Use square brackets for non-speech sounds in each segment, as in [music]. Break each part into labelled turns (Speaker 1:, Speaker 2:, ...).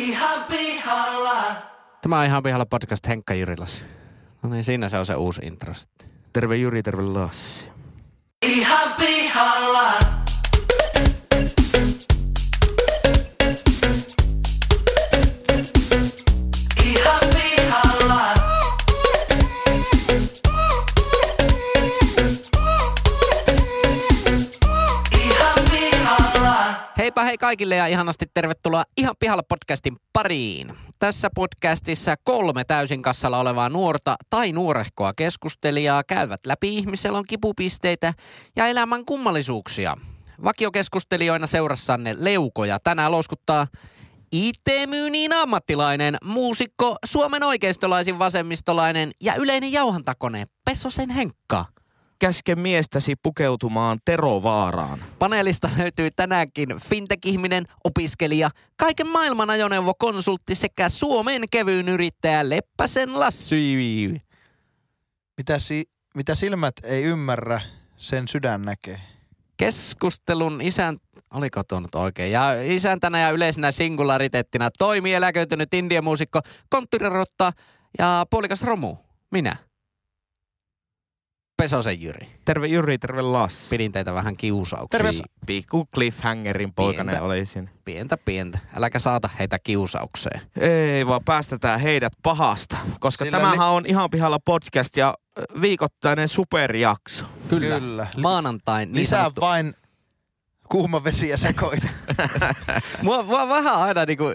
Speaker 1: ihan pihalla.
Speaker 2: Tämä on ihan pihalla podcast Henkka Jyrilas. No niin, siinä se on se uusi intro sitten.
Speaker 3: Terve Jyri, terve Lassi.
Speaker 1: Ihan pihalla. Ihan pihalla. Ihan pihalla.
Speaker 2: Heipä hei kaikille ja ihanasti tervetuloa ihan pihalla podcastin pariin. Tässä podcastissa kolme täysin kassalla olevaa nuorta tai nuorehkoa keskustelijaa käyvät läpi ihmiselon kipupisteitä ja elämän kummallisuuksia. Vakiokeskustelijoina seurassanne leukoja tänään louskuttaa IT-myynnin ammattilainen, muusikko, Suomen oikeistolaisin vasemmistolainen ja yleinen jauhantakone Pesosen Henkka.
Speaker 3: Käske miestäsi pukeutumaan Terovaaraan.
Speaker 2: Paneelista löytyy tänäänkin fintech-ihminen, opiskelija, kaiken maailman ajoneuvokonsultti sekä Suomen kevyyn yrittäjä Leppäsen Lassi.
Speaker 4: Mitä, si- mitä silmät ei ymmärrä, sen sydän näkee.
Speaker 2: Keskustelun isän... Oliko tuo nyt oikein? Ja isäntänä ja yleisenä singulariteettina toimii eläköitynyt indiamuusikko, konttorirotta ja puolikas romu. Minä. Pesosen Jyri.
Speaker 3: Terve Jyri, terve Lassi.
Speaker 2: Pidin teitä vähän kiusauksiin.
Speaker 3: terve. Pikku cliffhangerin poikainen
Speaker 2: Pientä.
Speaker 3: olisin.
Speaker 2: Pientä pientä. Äläkä saata heitä kiusaukseen.
Speaker 3: Ei vaan päästetään heidät pahasta, koska
Speaker 4: Sillä
Speaker 3: Sillä tämähän
Speaker 4: li-
Speaker 3: on ihan pihalla podcast ja ö, viikoittainen superjakso.
Speaker 2: Kyllä.
Speaker 4: Kyllä.
Speaker 2: Maanantain niin
Speaker 4: Lisää
Speaker 2: sanottu
Speaker 4: niin vain kuuma vesiä
Speaker 2: [laughs]
Speaker 4: sekoita.
Speaker 2: Mua, mua vähän aina niinku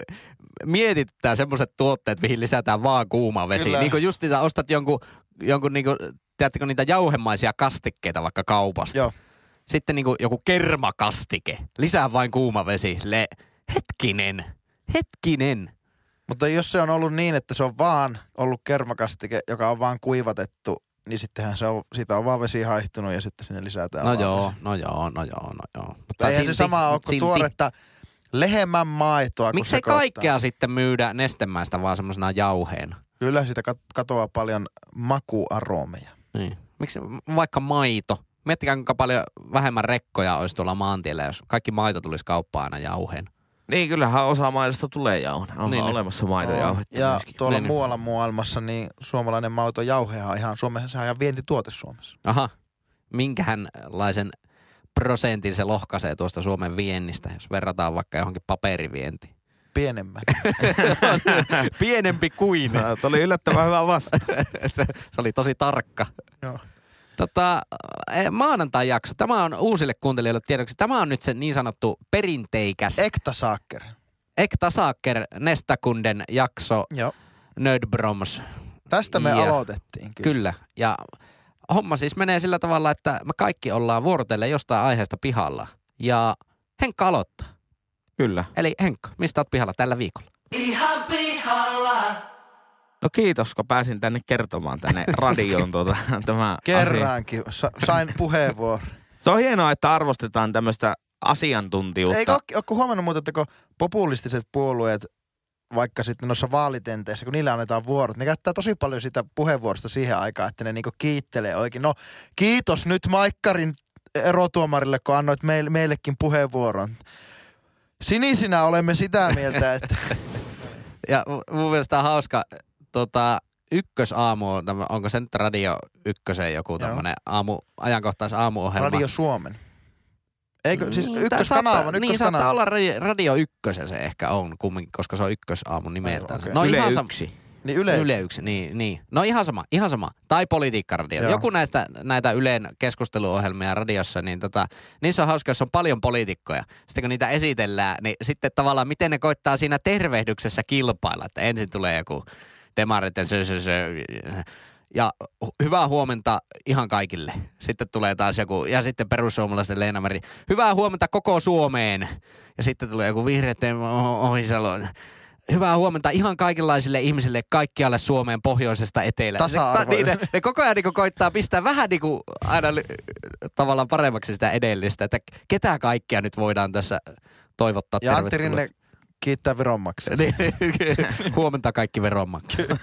Speaker 2: mietittää semmoiset tuotteet, mihin lisätään vaan kuuma vesi.
Speaker 4: Kyllä.
Speaker 2: Niin kuin justiin sä ostat jonkun, jonkun niinku, tiedättekö niitä jauhemaisia kastikkeita vaikka kaupasta.
Speaker 4: Joo.
Speaker 2: Sitten niinku joku kermakastike. Lisää vain kuuma vesi. Le- hetkinen. Hetkinen. No
Speaker 4: Mutta jos se on ollut niin, että se on vaan ollut kermakastike, joka on vaan kuivatettu, niin sittenhän se on, siitä on vaan vesi haihtunut ja sitten sinne lisätään
Speaker 2: No
Speaker 4: vaan
Speaker 2: joo,
Speaker 4: vesi.
Speaker 2: no joo, no joo, no joo.
Speaker 4: Tai eihän se sama ole kuin tuoretta lehemmän maitoa. kun
Speaker 2: Miksei
Speaker 4: sekoittaa.
Speaker 2: kaikkea sitten myydä nestemäistä vaan semmoisena jauheena?
Speaker 4: Kyllä sitä kat- katoaa paljon makuaromeja.
Speaker 2: Niin. Miksi vaikka maito? Miettikää, kuinka paljon vähemmän rekkoja olisi tuolla maantiellä, jos kaikki maito tulisi kauppaan aina jauheen.
Speaker 3: Niin, kyllähän osa maidosta tulee jauhona. Onhan
Speaker 2: Niin.
Speaker 3: niin, olemassa maitojauhetta
Speaker 4: ja
Speaker 3: myöskin.
Speaker 4: tuolla
Speaker 2: Niin.
Speaker 4: muualla maailmassa niin suomalainen mautojauhehan on ihan Suomessa se on ihan vientituote Suomessa.
Speaker 2: Aha, minkähänlaisen prosentin se lohkaisee tuosta Suomen viennistä, jos verrataan vaikka johonkin paperivientiin.
Speaker 4: pienemmän.
Speaker 2: Pienempi kuin.
Speaker 3: Tämä oli yllättävän hyvä vasta.
Speaker 2: se, se oli tosi tarkka.
Speaker 4: Joo.
Speaker 2: Tota, eh, maanantai-jakso. Tämä on uusille kuuntelijoille tiedoksi. Tämä on nyt se niin sanottu perinteikäs
Speaker 4: Ekta Saaker.
Speaker 2: Ekta Saaker Nestakunden jakso
Speaker 4: Joo.
Speaker 2: Nödbroms.
Speaker 4: Tästä me
Speaker 2: Ja.
Speaker 4: aloitettiin kyllä.
Speaker 2: Kyllä. Ja homma siis menee sillä tavalla, että me kaikki ollaan vuorotellen jostain aiheesta pihalla. Ja Henkka aloittaa.
Speaker 3: [laughs] Kyllä.
Speaker 2: Eli Henkka, mistä oot pihalla tällä viikolla?
Speaker 1: Ihan pihalla.
Speaker 3: No kiitos, kun pääsin tänne kertomaan tänne radioon tuota, [laughs] tämä asia.
Speaker 4: Kerrankin sa- sain puheenvuoron.
Speaker 3: Se on hienoa, että arvostetaan tämmöistä
Speaker 2: Tuota-
Speaker 3: asiantuntijuutta.
Speaker 4: Eikö ole huomannut muuta, että kun populistiset puolueet, vaikka sitten noissa vaalitenteissä, kun niille annetaan vuorot, ne käyttää tosi paljon sitä puheenvuorosta siihen aikaan, että ne niinku kiittelee oikein. No kiitos nyt Maikkarin erotuomarille, kun annoit meil- meillekin puheenvuoron. Sinisinä olemme sitä mieltä,
Speaker 2: [laughs]
Speaker 4: että
Speaker 2: Ja mu- mun mielestä on hauska, tota, ykkösaamu, on tämmö- onko se nyt Radio Ykkösen joku tämmönen aamu, ajankohtais aamuohjelma?
Speaker 4: Radio Suomen. Eikö, siis
Speaker 2: Niin, tää
Speaker 4: ykköskanava,
Speaker 2: saattaa- Niin,
Speaker 4: ykköskanava.
Speaker 2: saattaa olla radio, radio Ykkösen se ehkä on, kummin, koska se on ykkösaamu nimeltään.
Speaker 4: Okei.
Speaker 2: No
Speaker 3: Yle
Speaker 2: ihan sama.
Speaker 3: yksi.
Speaker 4: Niin Yle,
Speaker 2: Yle yksi, niin, niin. No ihan sama, ihan sama. Tai politiikkaradio.
Speaker 4: Joo.
Speaker 2: Joku näitä, näitä Ylen keskusteluohjelmia radiossa, niin tota, niissä on hauska, jos on paljon poliitikkoja. Sitten kun niitä esitellään, niin sitten tavallaan miten ne koittaa siinä tervehdyksessä kilpailla. Että ensin tulee joku demariten sö, sö, sö, ja hu- hyvää huomenta ihan kaikille. Sitten tulee taas joku, ja sitten perussuomalaisten Leena Meri. Hyvää huomenta koko Suomeen. Ja sitten tulee joku vihreiden ohisalo. Hyvää huomenta ihan kaikenlaisille ihmisille kaikkialle Suomeen pohjoisesta etelään.
Speaker 4: Tasa-arvoinen.
Speaker 2: Ne, ne koko ajan niin koittaa pistää vähän niin kuin aina ly- tavallaan paremmaksi sitä edellistä, että ketä kaikkia nyt voidaan tässä toivottaa
Speaker 4: Ja Antti
Speaker 2: tervetulleeksi.
Speaker 4: Rinne kiittää veronmaksajia.
Speaker 2: [laughs] Niin, [laughs] Huomenta kaikki veronmaksajat.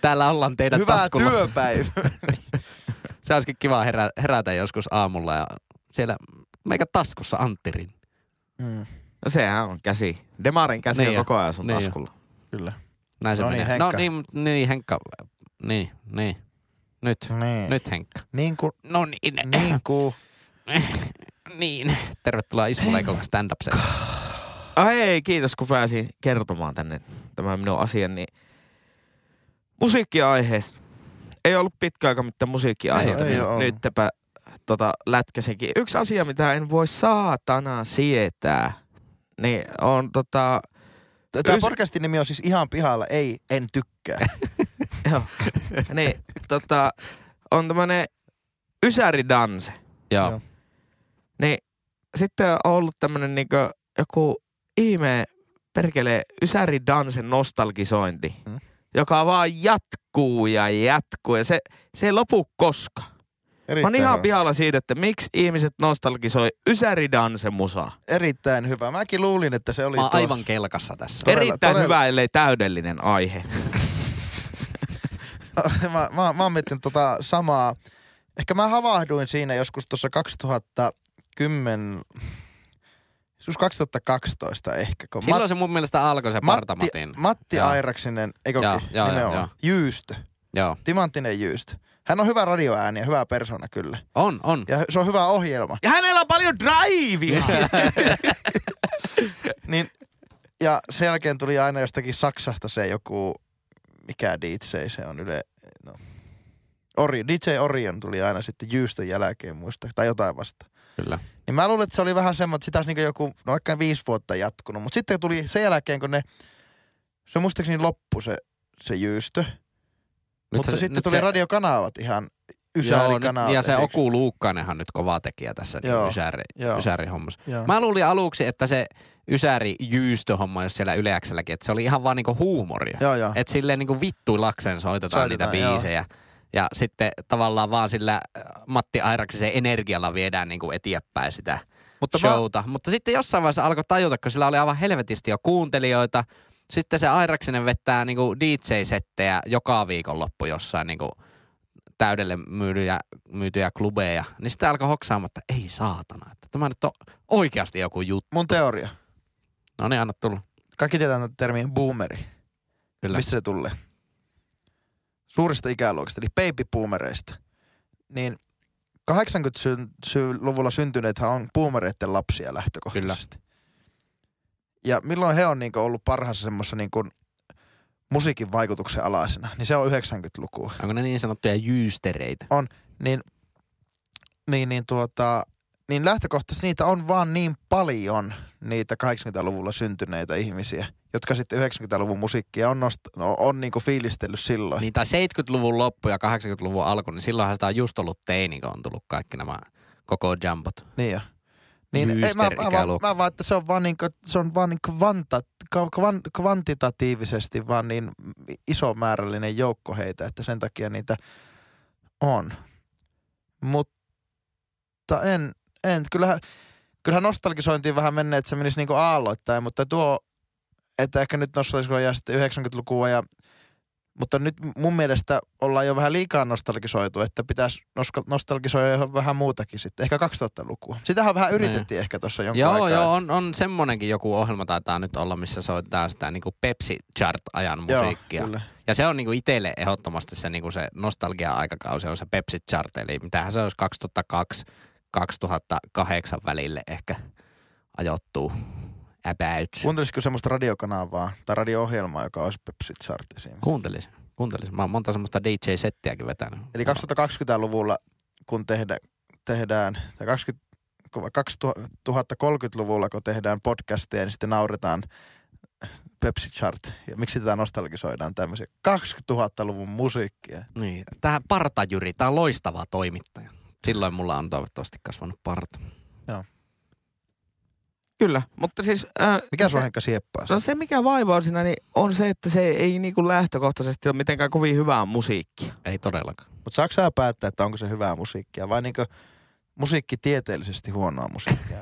Speaker 2: Täällä ollaan teidän
Speaker 4: Hyvää
Speaker 2: taskulla.
Speaker 4: työpäivää. [laughs]
Speaker 2: Se olisikin kiva herä, herätä joskus aamulla ja siellä meikä taskussa Antti Rinne.
Speaker 4: Mm.
Speaker 3: No sehän on käsi. Demarin käsi
Speaker 2: Niin
Speaker 3: niin on
Speaker 2: jo.
Speaker 3: koko ajan sun
Speaker 2: Niin jo.
Speaker 3: taskulla.
Speaker 4: Kyllä.
Speaker 2: Näin se
Speaker 4: No niin,
Speaker 2: menee.
Speaker 4: Henkka.
Speaker 2: No niin, mut- niin Henkka. Niin, niin. Nyt,
Speaker 4: Niin.
Speaker 2: nyt Henkka.
Speaker 4: Niin kuin,
Speaker 2: No niin,
Speaker 4: niin kuin.
Speaker 2: niin. Tervetuloa Ismo Leikolla stand up
Speaker 3: Ai ei, Ah, kiitos kun pääsin kertomaan tänne tämän minun asian. Niin musiikkiaiheessa. Ei ollut pitkä aika mitään musiikkiaiheita.
Speaker 4: Ei, ei oo.
Speaker 3: Nytpä tota, lätkäsenkin. Yksi asia, mitä en voi saatana sietää, niin
Speaker 2: [laughs]
Speaker 3: on tota...
Speaker 4: Tämä
Speaker 3: Ys-
Speaker 4: podcastin nimi on siis ihan pihalla, ei en
Speaker 2: [laughs]
Speaker 4: tykkää.
Speaker 3: Joo. niin, tota, on tämmönen ysäridanse.
Speaker 2: Joo.
Speaker 4: Joo.
Speaker 3: Niin sitten on ollut tämmönen niinku joku ihme perkele ysäridansen nostalgisointi,
Speaker 4: Mm.
Speaker 3: mm. joka vaan jatkuu ja jatkuu ja se, se ei lopu koskaan. Mä
Speaker 2: niin
Speaker 3: oon
Speaker 4: Erittäin,
Speaker 3: ihan
Speaker 4: hyvä.
Speaker 3: pihalla siitä, että miksi ihmiset nostalgisoi ysäridansen musaa.
Speaker 4: Erittäin hyvä. Mäkin luulin, että se oli
Speaker 2: Mä oon
Speaker 4: tuo-
Speaker 2: aivan kelkassa tässä.
Speaker 4: Todella,
Speaker 3: Erittäin
Speaker 4: todella.
Speaker 3: hyvä, ellei täydellinen aihe.
Speaker 4: [laughs] mä, mä, mä oon miettinyt tota samaa. Ehkä mä havahduin siinä joskus tuossa 2010, joskus 2012 ehkä. Kun
Speaker 2: Silloin se mun mielestä alkoi se
Speaker 4: Matti,
Speaker 2: partamatin.
Speaker 4: Matti
Speaker 2: Joo.
Speaker 4: Airaksinen, eikö
Speaker 2: Joo, joo, joo,
Speaker 4: nimenomaan,
Speaker 2: joo.
Speaker 4: Jyystö,
Speaker 2: Joo.
Speaker 4: timanttinen Jyystö. Hän on hyvä radioääni ja hyvä persona kyllä.
Speaker 2: On, on.
Speaker 4: Ja se on hyvä ohjelma.
Speaker 3: Ja hänellä on paljon
Speaker 4: [laughs]
Speaker 3: drivea!
Speaker 4: Niin, ja sen jälkeen tuli aina jostakin Saksasta se joku, mikä DJ se on yle, no. Ori, DJ Orion tuli aina sitten Jyystön jälkeen muista, tai jotain vasta.
Speaker 2: Kyllä.
Speaker 4: Niin mä luulen, että se oli vähän semmoinen, että sitä olisi niin joku, no vaikka viisi vuotta jatkunut. Mutta sitten tuli sen jälkeen, kun ne, se muistaakseni loppu se, se jyystö. mutta
Speaker 2: se-
Speaker 4: sitten tuli
Speaker 2: se-
Speaker 4: radiokanavat ihan
Speaker 2: Joo, nyt-
Speaker 4: ysäärikanavat.
Speaker 2: Ja se
Speaker 4: eri-
Speaker 2: Oku Luukkanenhan nyt kova tekijä tässä niin
Speaker 4: Joo,
Speaker 2: ysäri,
Speaker 4: Joo,
Speaker 2: ysäri hommassa.
Speaker 4: joo.
Speaker 2: Mä luulin aluksi, että se ysäri jyystöhomma, jos siellä Yleäkselläkin, että se oli ihan vaan niinku huumoria.
Speaker 4: joo, joo.
Speaker 2: Että silleen niinku vittuilakseen soitetaan
Speaker 4: Soitetaan,
Speaker 2: niitä biisejä. Ja sitten tavallaan vaan sillä äh, Matti Airaksisen energialla viedään niinku eteenpäin sitä
Speaker 4: Mutta mä,
Speaker 2: showta. Mutta sitten jossain vaiheessa alkoi tajuta, kun sillä oli aivan helvetisti jo kuuntelijoita. Sitten se Airaksinen vettää niinku DJ-settejä joka viikonloppu jossain niinku täydelle myydyjä, myytyjä klubeja. Niin sitten alkoi hoksaamaan, että ei saatana, että tämä nyt on oikeasti joku juttu.
Speaker 4: mun teoria.
Speaker 2: No niin, anna tulla.
Speaker 4: Kaikki tietää tämän termin boomeri.
Speaker 2: Kyllä.
Speaker 4: Mistä se tulee? Suurista ikäluokista, eli baby-boomereista. Niin 80-luvulla syntyneethän on boomereiden lapsia lähtökohtaisesti. Kyllä. Ja milloin he on niinku ollut parhaassa semmoisessa niinku musiikin vaikutuksen alaisena, niin se on 90-lukua.
Speaker 2: Onko ne niin sanottuja jyystereitä?
Speaker 4: Niin, niin, niin, tuota, niin lähtökohtaisesti niitä on vaan niin paljon niitä 80-luvulla syntyneitä ihmisiä, jotka sitten 90-luvun musiikkia on, nost- no, on niinku fiilistellyt silloin.
Speaker 2: Niin tai 70-luvun loppu ja 80-luvun alku, niin silloinhan sitä on just ollut teini, kun on tullut kaikki nämä koko jumpot.
Speaker 4: Niin jo. Niin, ei, mä, mä, mä,
Speaker 2: Jyyster-ikäluokka.
Speaker 4: mä vaan, että se on vaan, niinku, se on vaan niinku kvanta, kvan, kvantitatiivisesti vaan niin iso määrällinen joukko heitä, että sen takia niitä on. Mutta en, en. Kyllähän, kyllähän nostalgisointiin vähän menee, että se menisi niinku aalloittain, mutta tuo, että ehkä nyt nostalgisoidaan jää sitten 90-lukua ja mutta nyt mun mielestä ollaan jo vähän liikaa nostalgisoitu, että pitäisi nosko- nostalgisoida jo vähän muutakin sitten. Ehkä 2000-lukua. Sitähän vähän yritettiin ehkä tuossa jonkun
Speaker 2: Niin. Joo,
Speaker 4: aikaa.
Speaker 2: joo, on, on semmonenkin joku ohjelma taitaa nyt olla, missä soitetaan sitä niin Pepsi Chart-ajan musiikkia.
Speaker 4: kyllä.
Speaker 2: ja se on niin itselle ehdottomasti se, niin se nostalgia-aikakausi on se Pepsi Chart, eli mitähän se olisi 2002-2008 välille ehkä ajottuu about.
Speaker 4: Kuuntelisiko semmoista radiokanavaa tai radio-ohjelmaa, joka olisi Pepsi Chart esimerkiksi?
Speaker 2: Kuuntelisin, kuuntelisin. Mä oon monta semmoista DJ-settiäkin vetänyt.
Speaker 4: Eli 2020-luvulla, kun tehdä, tehdään, tai 20, kun- 2030-luvulla, kun tehdään podcasteja, niin sitten nauretaan Pepsi Chart. Ja miksi tätä nostalgisoidaan tämmöisiä 2000-luvun musiikkia?
Speaker 2: Niin, tämä partajyri, tämä on loistava toimittaja. Silloin mulla on toivottavasti kasvanut parta.
Speaker 3: Kyllä, mutta siis... Äh,
Speaker 4: Mikä
Speaker 3: se-
Speaker 4: sua Henkka sieppaa?
Speaker 3: No se mikä vaivaa siinä niin on se, että se ei niinku lähtökohtaisesti ole mitenkään kovin hyvää musiikkia.
Speaker 2: Ei todellakaan.
Speaker 4: Mutta saako sä päättää, että onko se hyvää musiikkia vai niinku musiikki tieteellisesti huonoa
Speaker 3: [laughs]
Speaker 4: musiikkia?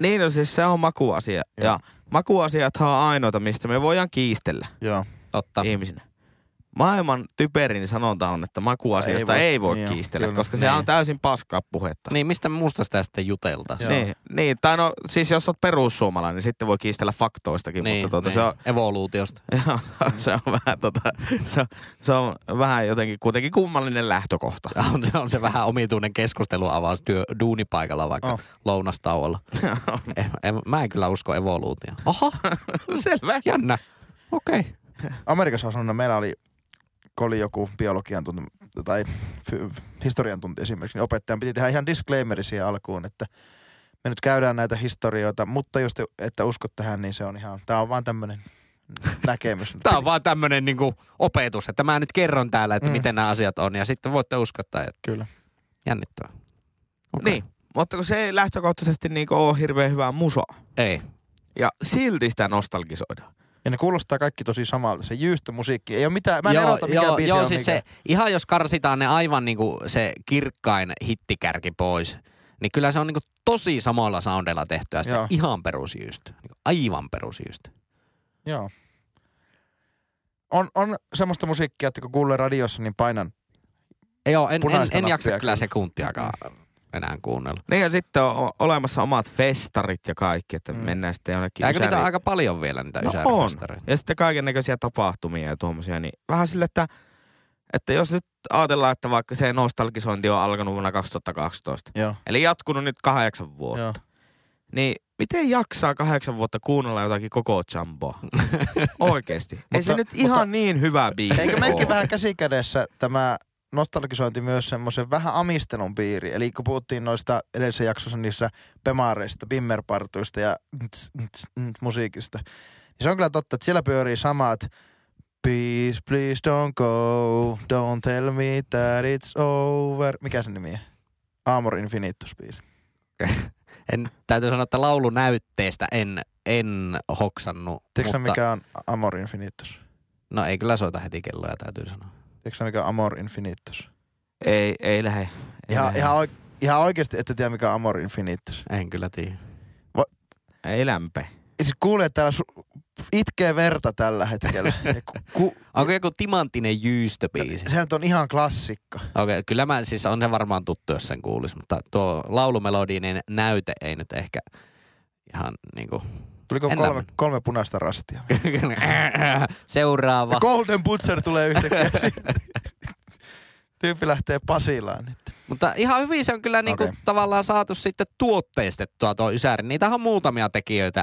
Speaker 3: Niin no siis se on makuasia.
Speaker 4: Joo.
Speaker 3: Ja makuasiathan on ainoita, mistä me voidaan kiistellä
Speaker 4: Joo.
Speaker 2: Totta.
Speaker 3: ihmisinä. maailman typerin sanonta on, että makuasioista
Speaker 4: Ei
Speaker 3: ei
Speaker 4: voi-
Speaker 3: voi, ei voi
Speaker 4: niin joo,
Speaker 3: kiistellä,
Speaker 4: kyllä.
Speaker 3: koska se
Speaker 4: Niin.
Speaker 3: on täysin paskaa puhetta.
Speaker 2: Niin mistä muusta sitä sitten juteltaisiin?
Speaker 4: Joo.
Speaker 3: Niin, niin, tai no siis jos oot perussuomalainen, niin sitten voi kiistellä faktoistakin,
Speaker 2: Niin,
Speaker 3: mutta tuota,
Speaker 2: niin.
Speaker 3: se, on, [laughs]
Speaker 2: Evoluutiosta.
Speaker 3: joo, se on vähän tota, se, on- se on vähän jotenkin kuitenkin kummallinen
Speaker 4: [laughs]
Speaker 3: lähtökohta.
Speaker 2: [laughs] On, se- on se vähän omituinen keskusteluavaus työ, duunipaikalla vaikka
Speaker 4: On.
Speaker 2: oh. [laughs] lounastauolla. en, en, mä en kyllä usko evoluutioon. Oho,
Speaker 4: No
Speaker 3: Selvä.
Speaker 2: jännä. Okei. Okay.
Speaker 4: Amerikassa asunnon meillä oli, kun oli joku biologian tunti, tai fy- historian tunti esimerkiksi, niin opettajan piti tehdä ihan disclaimeri siihen alkuun, että me nyt käydään näitä historioita, mutta jos te että uskot tähän, niin se on ihan, tämä on vaan tämmöinen
Speaker 2: [laughs]
Speaker 4: näkemys.
Speaker 2: Tämä on vaan tämmöinen niinku opetus, että mä nyt kerron täällä, että
Speaker 4: Mm.
Speaker 2: mm. miten nämä asiat on ja sitten voitte uskoa tai
Speaker 4: Kyllä.
Speaker 2: jännittävää. Okei.
Speaker 3: Niin, mutta kun se ei lähtökohtaisesti niin ole hirveän hyvää musaa.
Speaker 2: Ei.
Speaker 3: Ja silti sitä nostalgisoidaan.
Speaker 4: Ja ne kuulostaa kaikki tosi samalta. Se jyystö musiikki. Ei ole mitään, mä en erota mikä
Speaker 2: joo,
Speaker 4: biisi
Speaker 2: joo,
Speaker 4: on
Speaker 2: siis
Speaker 4: mikä.
Speaker 2: se, ihan jos karsitaan ne aivan niinku se kirkkain hittikärki pois, niin kyllä se on niinku tosi samoilla soundeilla tehtyä sitä
Speaker 4: Joo.
Speaker 2: joo. ihan perusjyystä. Niinku aivan perusjyystä.
Speaker 4: Joo. On, on semmoista musiikkia, että kun kuulee radiossa, niin painan.
Speaker 2: Joo, en, en,
Speaker 4: Punaista
Speaker 2: en jaksa kyllä,
Speaker 4: nappia kyllä.
Speaker 2: kyllä sekuntiakaan enää kuunnella.
Speaker 3: Niin ja sitten on o- olemassa omat festarit ja kaikki, että
Speaker 4: Mm.
Speaker 3: mm. mennään sitten jonnekin
Speaker 2: Eikö niitä
Speaker 3: ysäriin.
Speaker 2: ole aika paljon vielä niitä
Speaker 3: No
Speaker 2: no
Speaker 3: on. Ja sitten kaiken näköisiä tapahtumia ja tuommoisia, niin vähän sille, että, että jos nyt ajatellaan, että vaikka se nostalgisointi on alkanut vuonna 2012,
Speaker 4: Joo.
Speaker 3: eli jatkunut nyt kahdeksan vuotta,
Speaker 4: Joo.
Speaker 3: niin miten jaksaa kahdeksan vuotta kuunnella jotakin koko
Speaker 4: [laughs]
Speaker 3: jamboa? Oikeesti. Ei
Speaker 4: Mutta-
Speaker 3: se nyt
Speaker 4: mutta-
Speaker 3: ihan niin hyvä biisi
Speaker 4: Eikö mekin
Speaker 3: ole.
Speaker 4: vähän käsikädessä tämä nostalgisointi myös semmoisen vähän amistelun piiri. Eli kun puhuttiin noista edellisessä jaksossa niissä pemaareista, bimmerpartuista ja nts, nts, nts, musiikista, niin se on kyllä totta, että siellä pyörii samat Please, please don't go, don't tell me that it's over. Mikä sen nimi on? Amor Infinitus biisi.
Speaker 2: En, täytyy sanoa, että laulunäytteestä en, en hoksannut.
Speaker 4: Tiedätkö
Speaker 2: mutta,
Speaker 4: sä, mikä on Amor Infinitus?
Speaker 2: No ei kyllä soita heti kelloja, täytyy sanoa.
Speaker 4: Tiedätkö sä, mikä on Amor Infinitus?
Speaker 3: Ei, ei lähe. Ei,
Speaker 4: Ihan,
Speaker 3: lähe.
Speaker 4: ihan, oike- ihan oikeasti ette tiedä, mikä on Amor Infinitus.
Speaker 2: En kyllä tiedä.
Speaker 3: ei lämpe.
Speaker 4: siis kuulee täällä su- itkee verta tällä hetkellä. [laughs] Ja ku, ku,
Speaker 2: Onko joku timanttinen jyystöbiisi?
Speaker 4: sehän nyt on ihan klassikko.
Speaker 2: Okei, okay, kyllä mä siis on se varmaan tuttu, jos sen kuulisi, mutta tuo laulumelodinen näyte ei nyt ehkä ihan niinku... [laughs]
Speaker 4: Tuliko
Speaker 2: En
Speaker 4: kolme,
Speaker 2: lämmin.
Speaker 4: kolme punaista rastia? [laughs]
Speaker 2: Seuraava.
Speaker 4: Ja Golden Butcher tulee yhtäkkiä. [laughs] Tyyppi lähtee Pasilaan nyt.
Speaker 2: Mutta ihan hyvin se on kyllä niinku
Speaker 4: Okei.
Speaker 2: tavallaan saatu sitten tuotteistettua tuo Ysäri. Niitä on muutamia tekijöitä,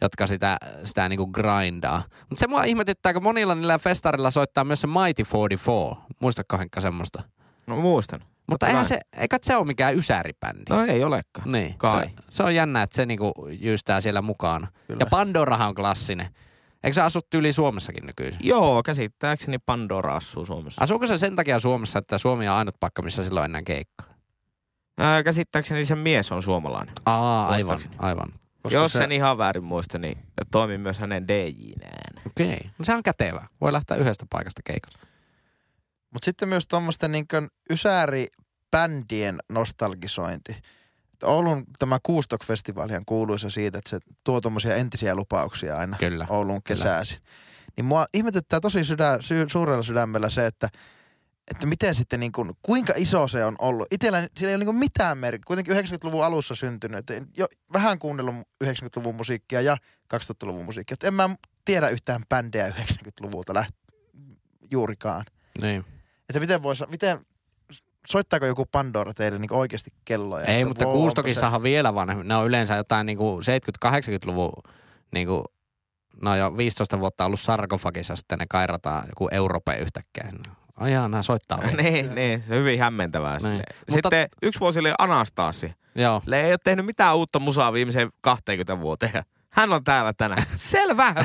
Speaker 2: jotka sitä, sitä niinku grindaa. Mutta se mua ihmetyttää, kun monilla niillä festarilla soittaa myös se Mighty 44. Muistatko Henkka semmoista?
Speaker 3: No muistan.
Speaker 2: Mutta eihän se, eikä se ole mikään Ysäribändi.
Speaker 3: No ei olekaan.
Speaker 2: Niin,
Speaker 3: Kai.
Speaker 2: Se, se, on jännä, että se niinku jyystää siellä mukaan.
Speaker 4: Kyllä.
Speaker 2: Ja Pandorahan on klassinen. Eikö sä asu tyyli Suomessakin nykyisin?
Speaker 3: Joo, käsittääkseni Pandora asuu Suomessa.
Speaker 2: Asuuko se sen takia Suomessa, että Suomi on ainut paikka, missä silloin enää keikka?
Speaker 3: Ää, käsittääkseni sen mies on suomalainen.
Speaker 2: Aa, aivan,
Speaker 3: Muistaakseni.
Speaker 2: aivan.
Speaker 4: Koska
Speaker 3: Jos
Speaker 4: se-
Speaker 3: sen ihan väärin muista, niin toimi myös
Speaker 2: [laughs]
Speaker 3: hänen DJnään.
Speaker 2: Okei. No se on kätevä. Voi lähteä yhdestä paikasta keikalle.
Speaker 4: Mutta sitten myös tuommoisten niin ysäribändien nostalgisointi. Et Oulun tämä Kuustok-festivaali on kuuluisa siitä, että se tuo tuommoisia entisiä lupauksia aina.
Speaker 2: Kyllä.
Speaker 4: Oulun kesääsi. Niin mua ihmetyttää tosi sydä, sy, suurella sydämellä se, että, että miten sitten niin kuin, kuinka iso se on ollut. Itellä sillä ei ole niin kuin mitään merkkiä. Kuitenkin 90-luvun alussa syntynyt. että en Jo vähän kuunnellut 90-luvun musiikkia ja 2000-luvun musiikkia. Et en mä tiedä yhtään bändejä 90-luvulta läht- juurikaan.
Speaker 2: Niin.
Speaker 4: Että miten voisi, miten, soittaako joku Pandora teille niin oikeasti kelloja?
Speaker 2: Ei,
Speaker 4: Että
Speaker 2: mutta
Speaker 4: wow,
Speaker 2: wow,
Speaker 4: onpa
Speaker 2: Kuustokissahan vielä vanhemmin. Ne on yleensä jotain niinku 70-80-luvun niinku, no jo 15 vuotta ollut sarkofagissa, sitten ne kairataan joku Euroopan yhtäkkiä. No, Ajaa, nämä soittaa vielä.
Speaker 3: niin, niin, se on hyvin hämmentävää.
Speaker 2: Niin.
Speaker 3: Niin.
Speaker 2: Mutta-
Speaker 3: Sitten yksi vuosi oli Anastasi.
Speaker 2: Joo.
Speaker 3: Le ei ole tehnyt mitään uutta musaa viimeiseen 20 vuoteen. Hän on täällä tänään. Selvä! [laughs]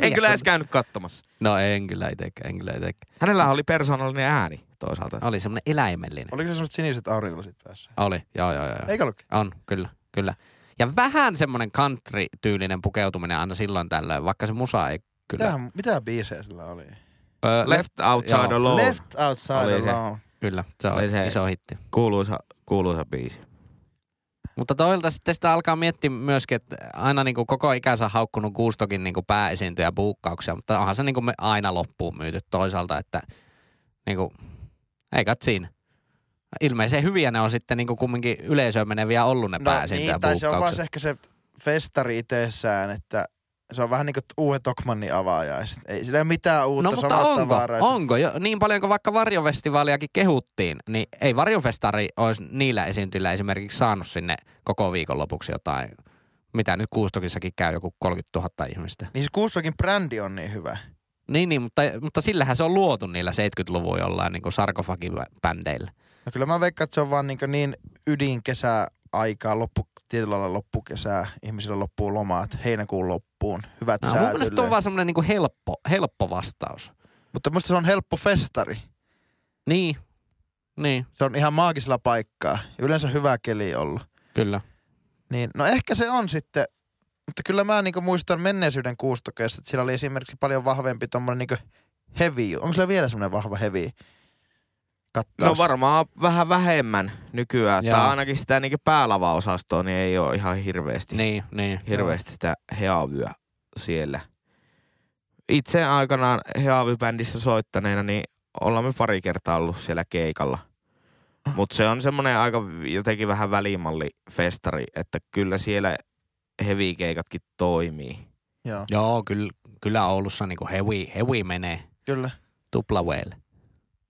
Speaker 3: en kyllä edes käynyt katsomassa.
Speaker 2: No en kyllä itsekään, en kyllä itsekään.
Speaker 3: Hänellä oli persoonallinen ääni toisaalta.
Speaker 2: Oli semmoinen eläimellinen.
Speaker 4: se- Oliko se semmoiset siniset aurinkolasit päässä?
Speaker 2: Oli, joo, joo, joo.
Speaker 4: Eikä ollutkin?
Speaker 2: On, kyllä, kyllä. Ja vähän semmoinen country-tyylinen pukeutuminen aina silloin tällöin, vaikka se musa ei kyllä.
Speaker 4: Mitä, mitä biisejä sillä oli?
Speaker 2: Öö,
Speaker 3: Left Outside
Speaker 2: joo.
Speaker 3: Alone. Left.
Speaker 4: Left Outside
Speaker 3: Oli se.
Speaker 4: Alone.
Speaker 2: Kyllä, se
Speaker 3: Oli
Speaker 2: on
Speaker 3: se-
Speaker 2: iso hitti.
Speaker 3: Kuuluisa, kuuluisa biisi.
Speaker 2: Mutta toilta sitten sitä alkaa miettiä myöskin, että aina niin kuin koko ikänsä haukkunut Kuustokin niin kuin pääesiintyjä puukkauksia, mutta onhan se niin kuin me aina loppuun myyty toisaalta, että niin kuin, ei kat siinä. Ilmeisen hyviä ne on sitten niin kuin kumminkin yleisöön meneviä ollut ne no, pääesiintyjä
Speaker 4: niin, tai se on vaan se ehkä se festari itsessään, että se on vähän niin kuin uuden Tokmannin avaajaiset. Ei sillä ei ole mitään uutta,
Speaker 2: no,
Speaker 4: se on
Speaker 2: mutta onko,
Speaker 4: tavaraa. siis-
Speaker 2: onko jo, niin paljon kuin vaikka varjofestivaaliakin kehuttiin, niin ei varjofestari olisi niillä esiintyjillä esimerkiksi saanut sinne koko viikonlopuksi jotain, mitä nyt Kuustokissakin käy joku 30 000 ihmistä.
Speaker 4: Niin se Kuustokin brändi on niin hyvä.
Speaker 2: Niin, niin mutta, mutta sillähän se on luotu niillä 70-luvun jollain niin sarkofagibändeillä.
Speaker 4: No kyllä mä veikkaan, että se on vaan niin, niin ydinkesää aikaa, loppu, tietyllä lailla loppukesää, ihmisillä loppuu lomaat, heinäkuun loppuun, hyvät
Speaker 2: No,
Speaker 4: no,
Speaker 2: mun mielestä tuo on
Speaker 4: säät
Speaker 2: vaan semmoinen niin helppo, helppo vastaus.
Speaker 4: Mutta musta se on helppo festari.
Speaker 2: Niin, niin,
Speaker 4: Se on ihan maagisella paikkaa. Ja Yleensä hyvä keli ollut.
Speaker 2: kyllä.
Speaker 4: Niin, no ehkä se on sitten, mutta kyllä mä niinku muistan menneisyyden kuustokeista, että siellä oli esimerkiksi paljon vahvempi tommonen niinku heavy. Onko siellä vielä semmoinen vahva heavy kattaus?
Speaker 3: No varmaan vähän vähemmän nykyään.
Speaker 2: Joo.
Speaker 3: Tai ainakin sitä niin päälavaosastoa niin ei ole ihan hirveästi, niin.
Speaker 2: Niin, niin.
Speaker 3: hirveästi sitä heavyä siellä. Itse aikanaan heavy-bändissä soittaneena, niin ollaan me pari kertaa ollut siellä keikalla. Mutta se on semmoinen aika jotenkin vähän välimalli festari, että kyllä siellä heavy-keikatkin toimii.
Speaker 4: Joo,
Speaker 2: Joo, kyllä, kyllä Oulussa niin kuin hevi, hevi menee
Speaker 4: kyllä.
Speaker 2: tuplaveille.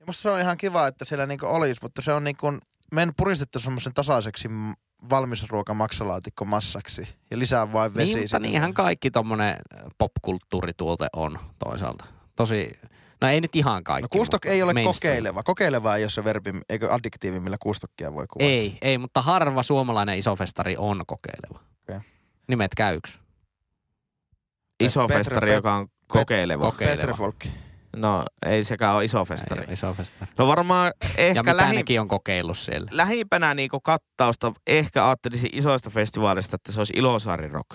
Speaker 4: Ja musta se on ihan kiva, että siellä niinku olisi, mutta se on niinku, meidän puristettu semmoisen tasaiseksi m- valmis ruoka maksalaatikko massaksi ja lisää vain vesi.
Speaker 2: Niin, mutta
Speaker 4: sinne.
Speaker 2: niinhän kaikki tommonen äh, popkulttuurituote on toisaalta. Tosi, no ei nyt ihan kaikki.
Speaker 4: No kuustok
Speaker 2: mutta
Speaker 4: ei ole
Speaker 2: mainstream.
Speaker 4: kokeileva. Kokeileva ei ole se verbi, eikö addiktiivi, millä kuustokkia voi kuvata.
Speaker 2: Ei, ei, mutta harva suomalainen isofestari on kokeileva.
Speaker 4: Okei.
Speaker 2: Nimet käy yksi.
Speaker 3: Iso
Speaker 4: Petri-
Speaker 3: festari,
Speaker 4: Pet-
Speaker 3: joka on kokeileva.
Speaker 2: Koke- kokeileva.
Speaker 4: Petrifolk.
Speaker 3: no ei sekään ole iso
Speaker 2: Ei
Speaker 3: festari.
Speaker 2: ole isofestari.
Speaker 3: No varmaan
Speaker 2: Ja
Speaker 3: ehkä
Speaker 2: mitä
Speaker 3: lähi,
Speaker 2: nekin on kokeillut siellä.
Speaker 3: lähimpänä niinku kattausta ehkä ajattelisin isoista festivaaleista, että se olisi Ilosaari Rock.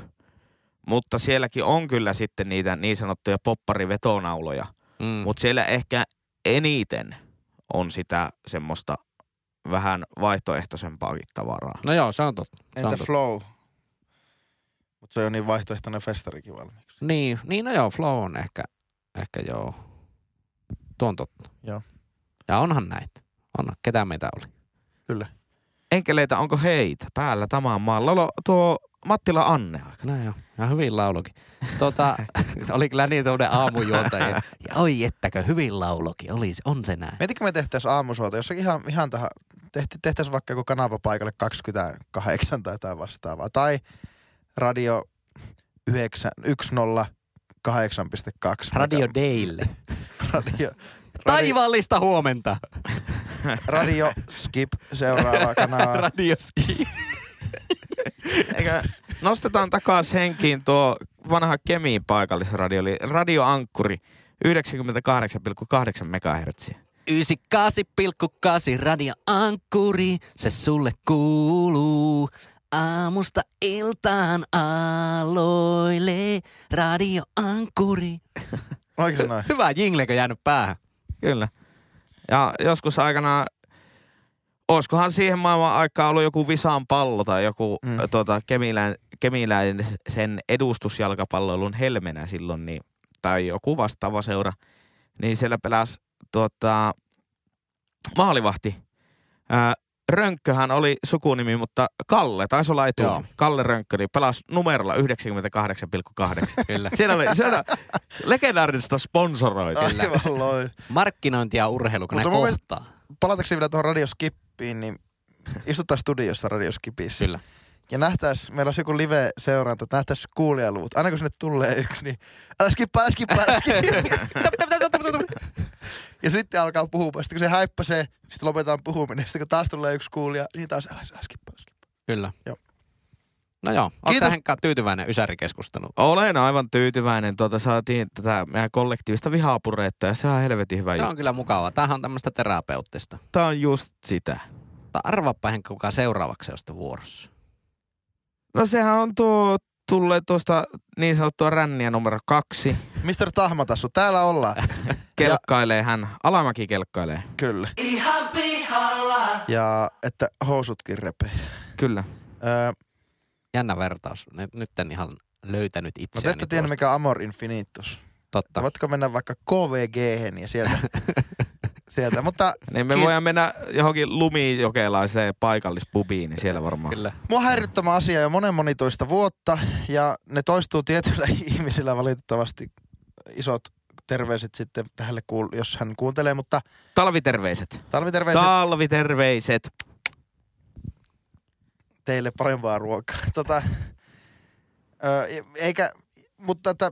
Speaker 3: Mutta sielläkin on kyllä sitten niitä niin sanottuja popparivetonauloja.
Speaker 2: Mm.
Speaker 3: Mutta siellä ehkä eniten on sitä semmoista vähän vaihtoehtoisempaakin tavaraa.
Speaker 2: No joo, se on totta. Se on
Speaker 4: Entä
Speaker 2: totta.
Speaker 4: Flow? Mutta se on niin vaihtoehtoinen festarikin valmiiksi.
Speaker 2: Niin, niin, no joo, flow on ehkä, ehkä joo. Tuo on totta.
Speaker 4: Joo.
Speaker 2: Ja onhan näitä. On, ketä meitä oli.
Speaker 3: Enkeleitä onko heitä päällä tämän maan? Lolo, tuo Mattila Anne
Speaker 2: [laughs]
Speaker 3: aika.
Speaker 2: No joo, ihan hyvin laulukin. [laughs] Tuota, oli kyllä niin tuommoinen aamujuontaja. Ja [laughs] oi ettäkö, hyvin laulokin, oli, se- on se näin.
Speaker 4: Mietitkö me tehtäisiin aamusuota jossakin ihan, ihan tähän, tehti, tehtäisiin vaikka joku kanava paikalle 28 tai jotain vastaavaa. Tai radio 9, 108.2.
Speaker 2: [laughs] Radio
Speaker 4: mikä-
Speaker 2: Deille.
Speaker 4: radio, radio,
Speaker 2: [laughs] Taivaallista huomenta.
Speaker 4: radio Skip seuraava
Speaker 2: [laughs] Ah.
Speaker 4: kanava.
Speaker 2: Radioski.
Speaker 3: Eikä, nostetaan takaisin henkiin tuo vanha Kemiin paikallisradio, eli Radio Ankkuri 98,8 MHz.
Speaker 2: 98,8 Radio Ankkuri, se sulle kuuluu. Aamusta iltaan aloille Radio Ankkuri.
Speaker 4: Oliko se noin?
Speaker 2: Hyvä jinglekö jäänyt päähän?
Speaker 3: Kyllä. Ja joskus aikanaan, oiskohan siihen maailman aikaan ollut joku Visan pallo tai joku
Speaker 4: Mm.
Speaker 3: mm. tuota, kemilään, kemiläinen sen edustusjalkapalloilun helmenä silloin, niin, tai joku vastaava seura, niin siellä pelasi tuota, maalivahti. Ää, Rönkköhän oli sukunimi, mutta Kalle, taisi olla
Speaker 2: Joo.
Speaker 3: etunimi. Kalle Rönkkö, niin pelasi numerolla 98,8.
Speaker 2: Kyllä.
Speaker 3: Siellä oli, siellä legendaarista sponsoroita.
Speaker 4: Aivan loi.
Speaker 2: Markkinointi ja urheilu, kun
Speaker 4: Mutta
Speaker 2: ne
Speaker 4: mun
Speaker 2: kohtaa.
Speaker 4: palatakseni vielä tuohon radioskippiin, niin istutaan studiossa radioskipissä.
Speaker 2: Kyllä.
Speaker 4: Ja nähtäis, meillä olisi joku live-seuranta, että nähtäis kuulijaluvut. Aina kun sinne tulee yksi, niin älä skippa, älä skippa, älä skippa. ja sitten alkaa puhua, sitten kun se häippäsee, sitten lopetetaan puhuminen. Sitten kun taas tulee yksi kuulija, niin taas älä, älä skippa, älä skippa.
Speaker 2: Kyllä.
Speaker 4: Joo.
Speaker 2: No joo, oletko
Speaker 4: Kiitos.
Speaker 2: tähän tyytyväinen ysärikeskustelu?
Speaker 3: Olen aivan tyytyväinen. Tuota, saatiin tätä meidän kollektiivista vihaa purettua ja se on helvetin hyvä
Speaker 2: Tämä
Speaker 3: juttu.
Speaker 2: on kyllä mukavaa. Tämähän on tämmöistä terapeuttista.
Speaker 3: Tämä on just sitä.
Speaker 2: Mutta arvaappa hän kuka seuraavaksi on sitten vuorossa.
Speaker 3: No sehän on tuo, tulee tuosta niin sanottua ränniä numero kaksi.
Speaker 4: Mr. Tahmatassu, täällä ollaan.
Speaker 3: Kelkkailee hän. Alamäki kelkkailee.
Speaker 4: Kyllä.
Speaker 1: ihan pihalla.
Speaker 4: Ja että housutkin repee.
Speaker 3: Kyllä.
Speaker 4: Öö,
Speaker 2: Jännä vertaus. Nyt, nyt en ihan löytänyt
Speaker 4: no te
Speaker 2: itseäni
Speaker 4: ette tiedä,
Speaker 2: tuosta.
Speaker 4: mikä on Amor Infinitus.
Speaker 2: Totta.
Speaker 4: Voitko mennä vaikka kvg ja sieltä. sieltä. Mutta
Speaker 3: Niin me
Speaker 4: Ki-
Speaker 3: voidaan mennä johonkin lumijokelaiseen paikallispubiin, niin siellä varmaan.
Speaker 2: Kyllä.
Speaker 4: mua häirittämä asia jo monen monitoista vuotta ja ne toistuu tietyillä [laughs] ihmisillä valitettavasti isot terveiset sitten hänelle, kuul- jos hän kuuntelee, mutta
Speaker 3: Talviterveiset.
Speaker 4: talviterveiset
Speaker 3: Talviterveiset.
Speaker 4: teille parempaa ruokaa. [laughs] Tota, ö, e- eikä, mutta että,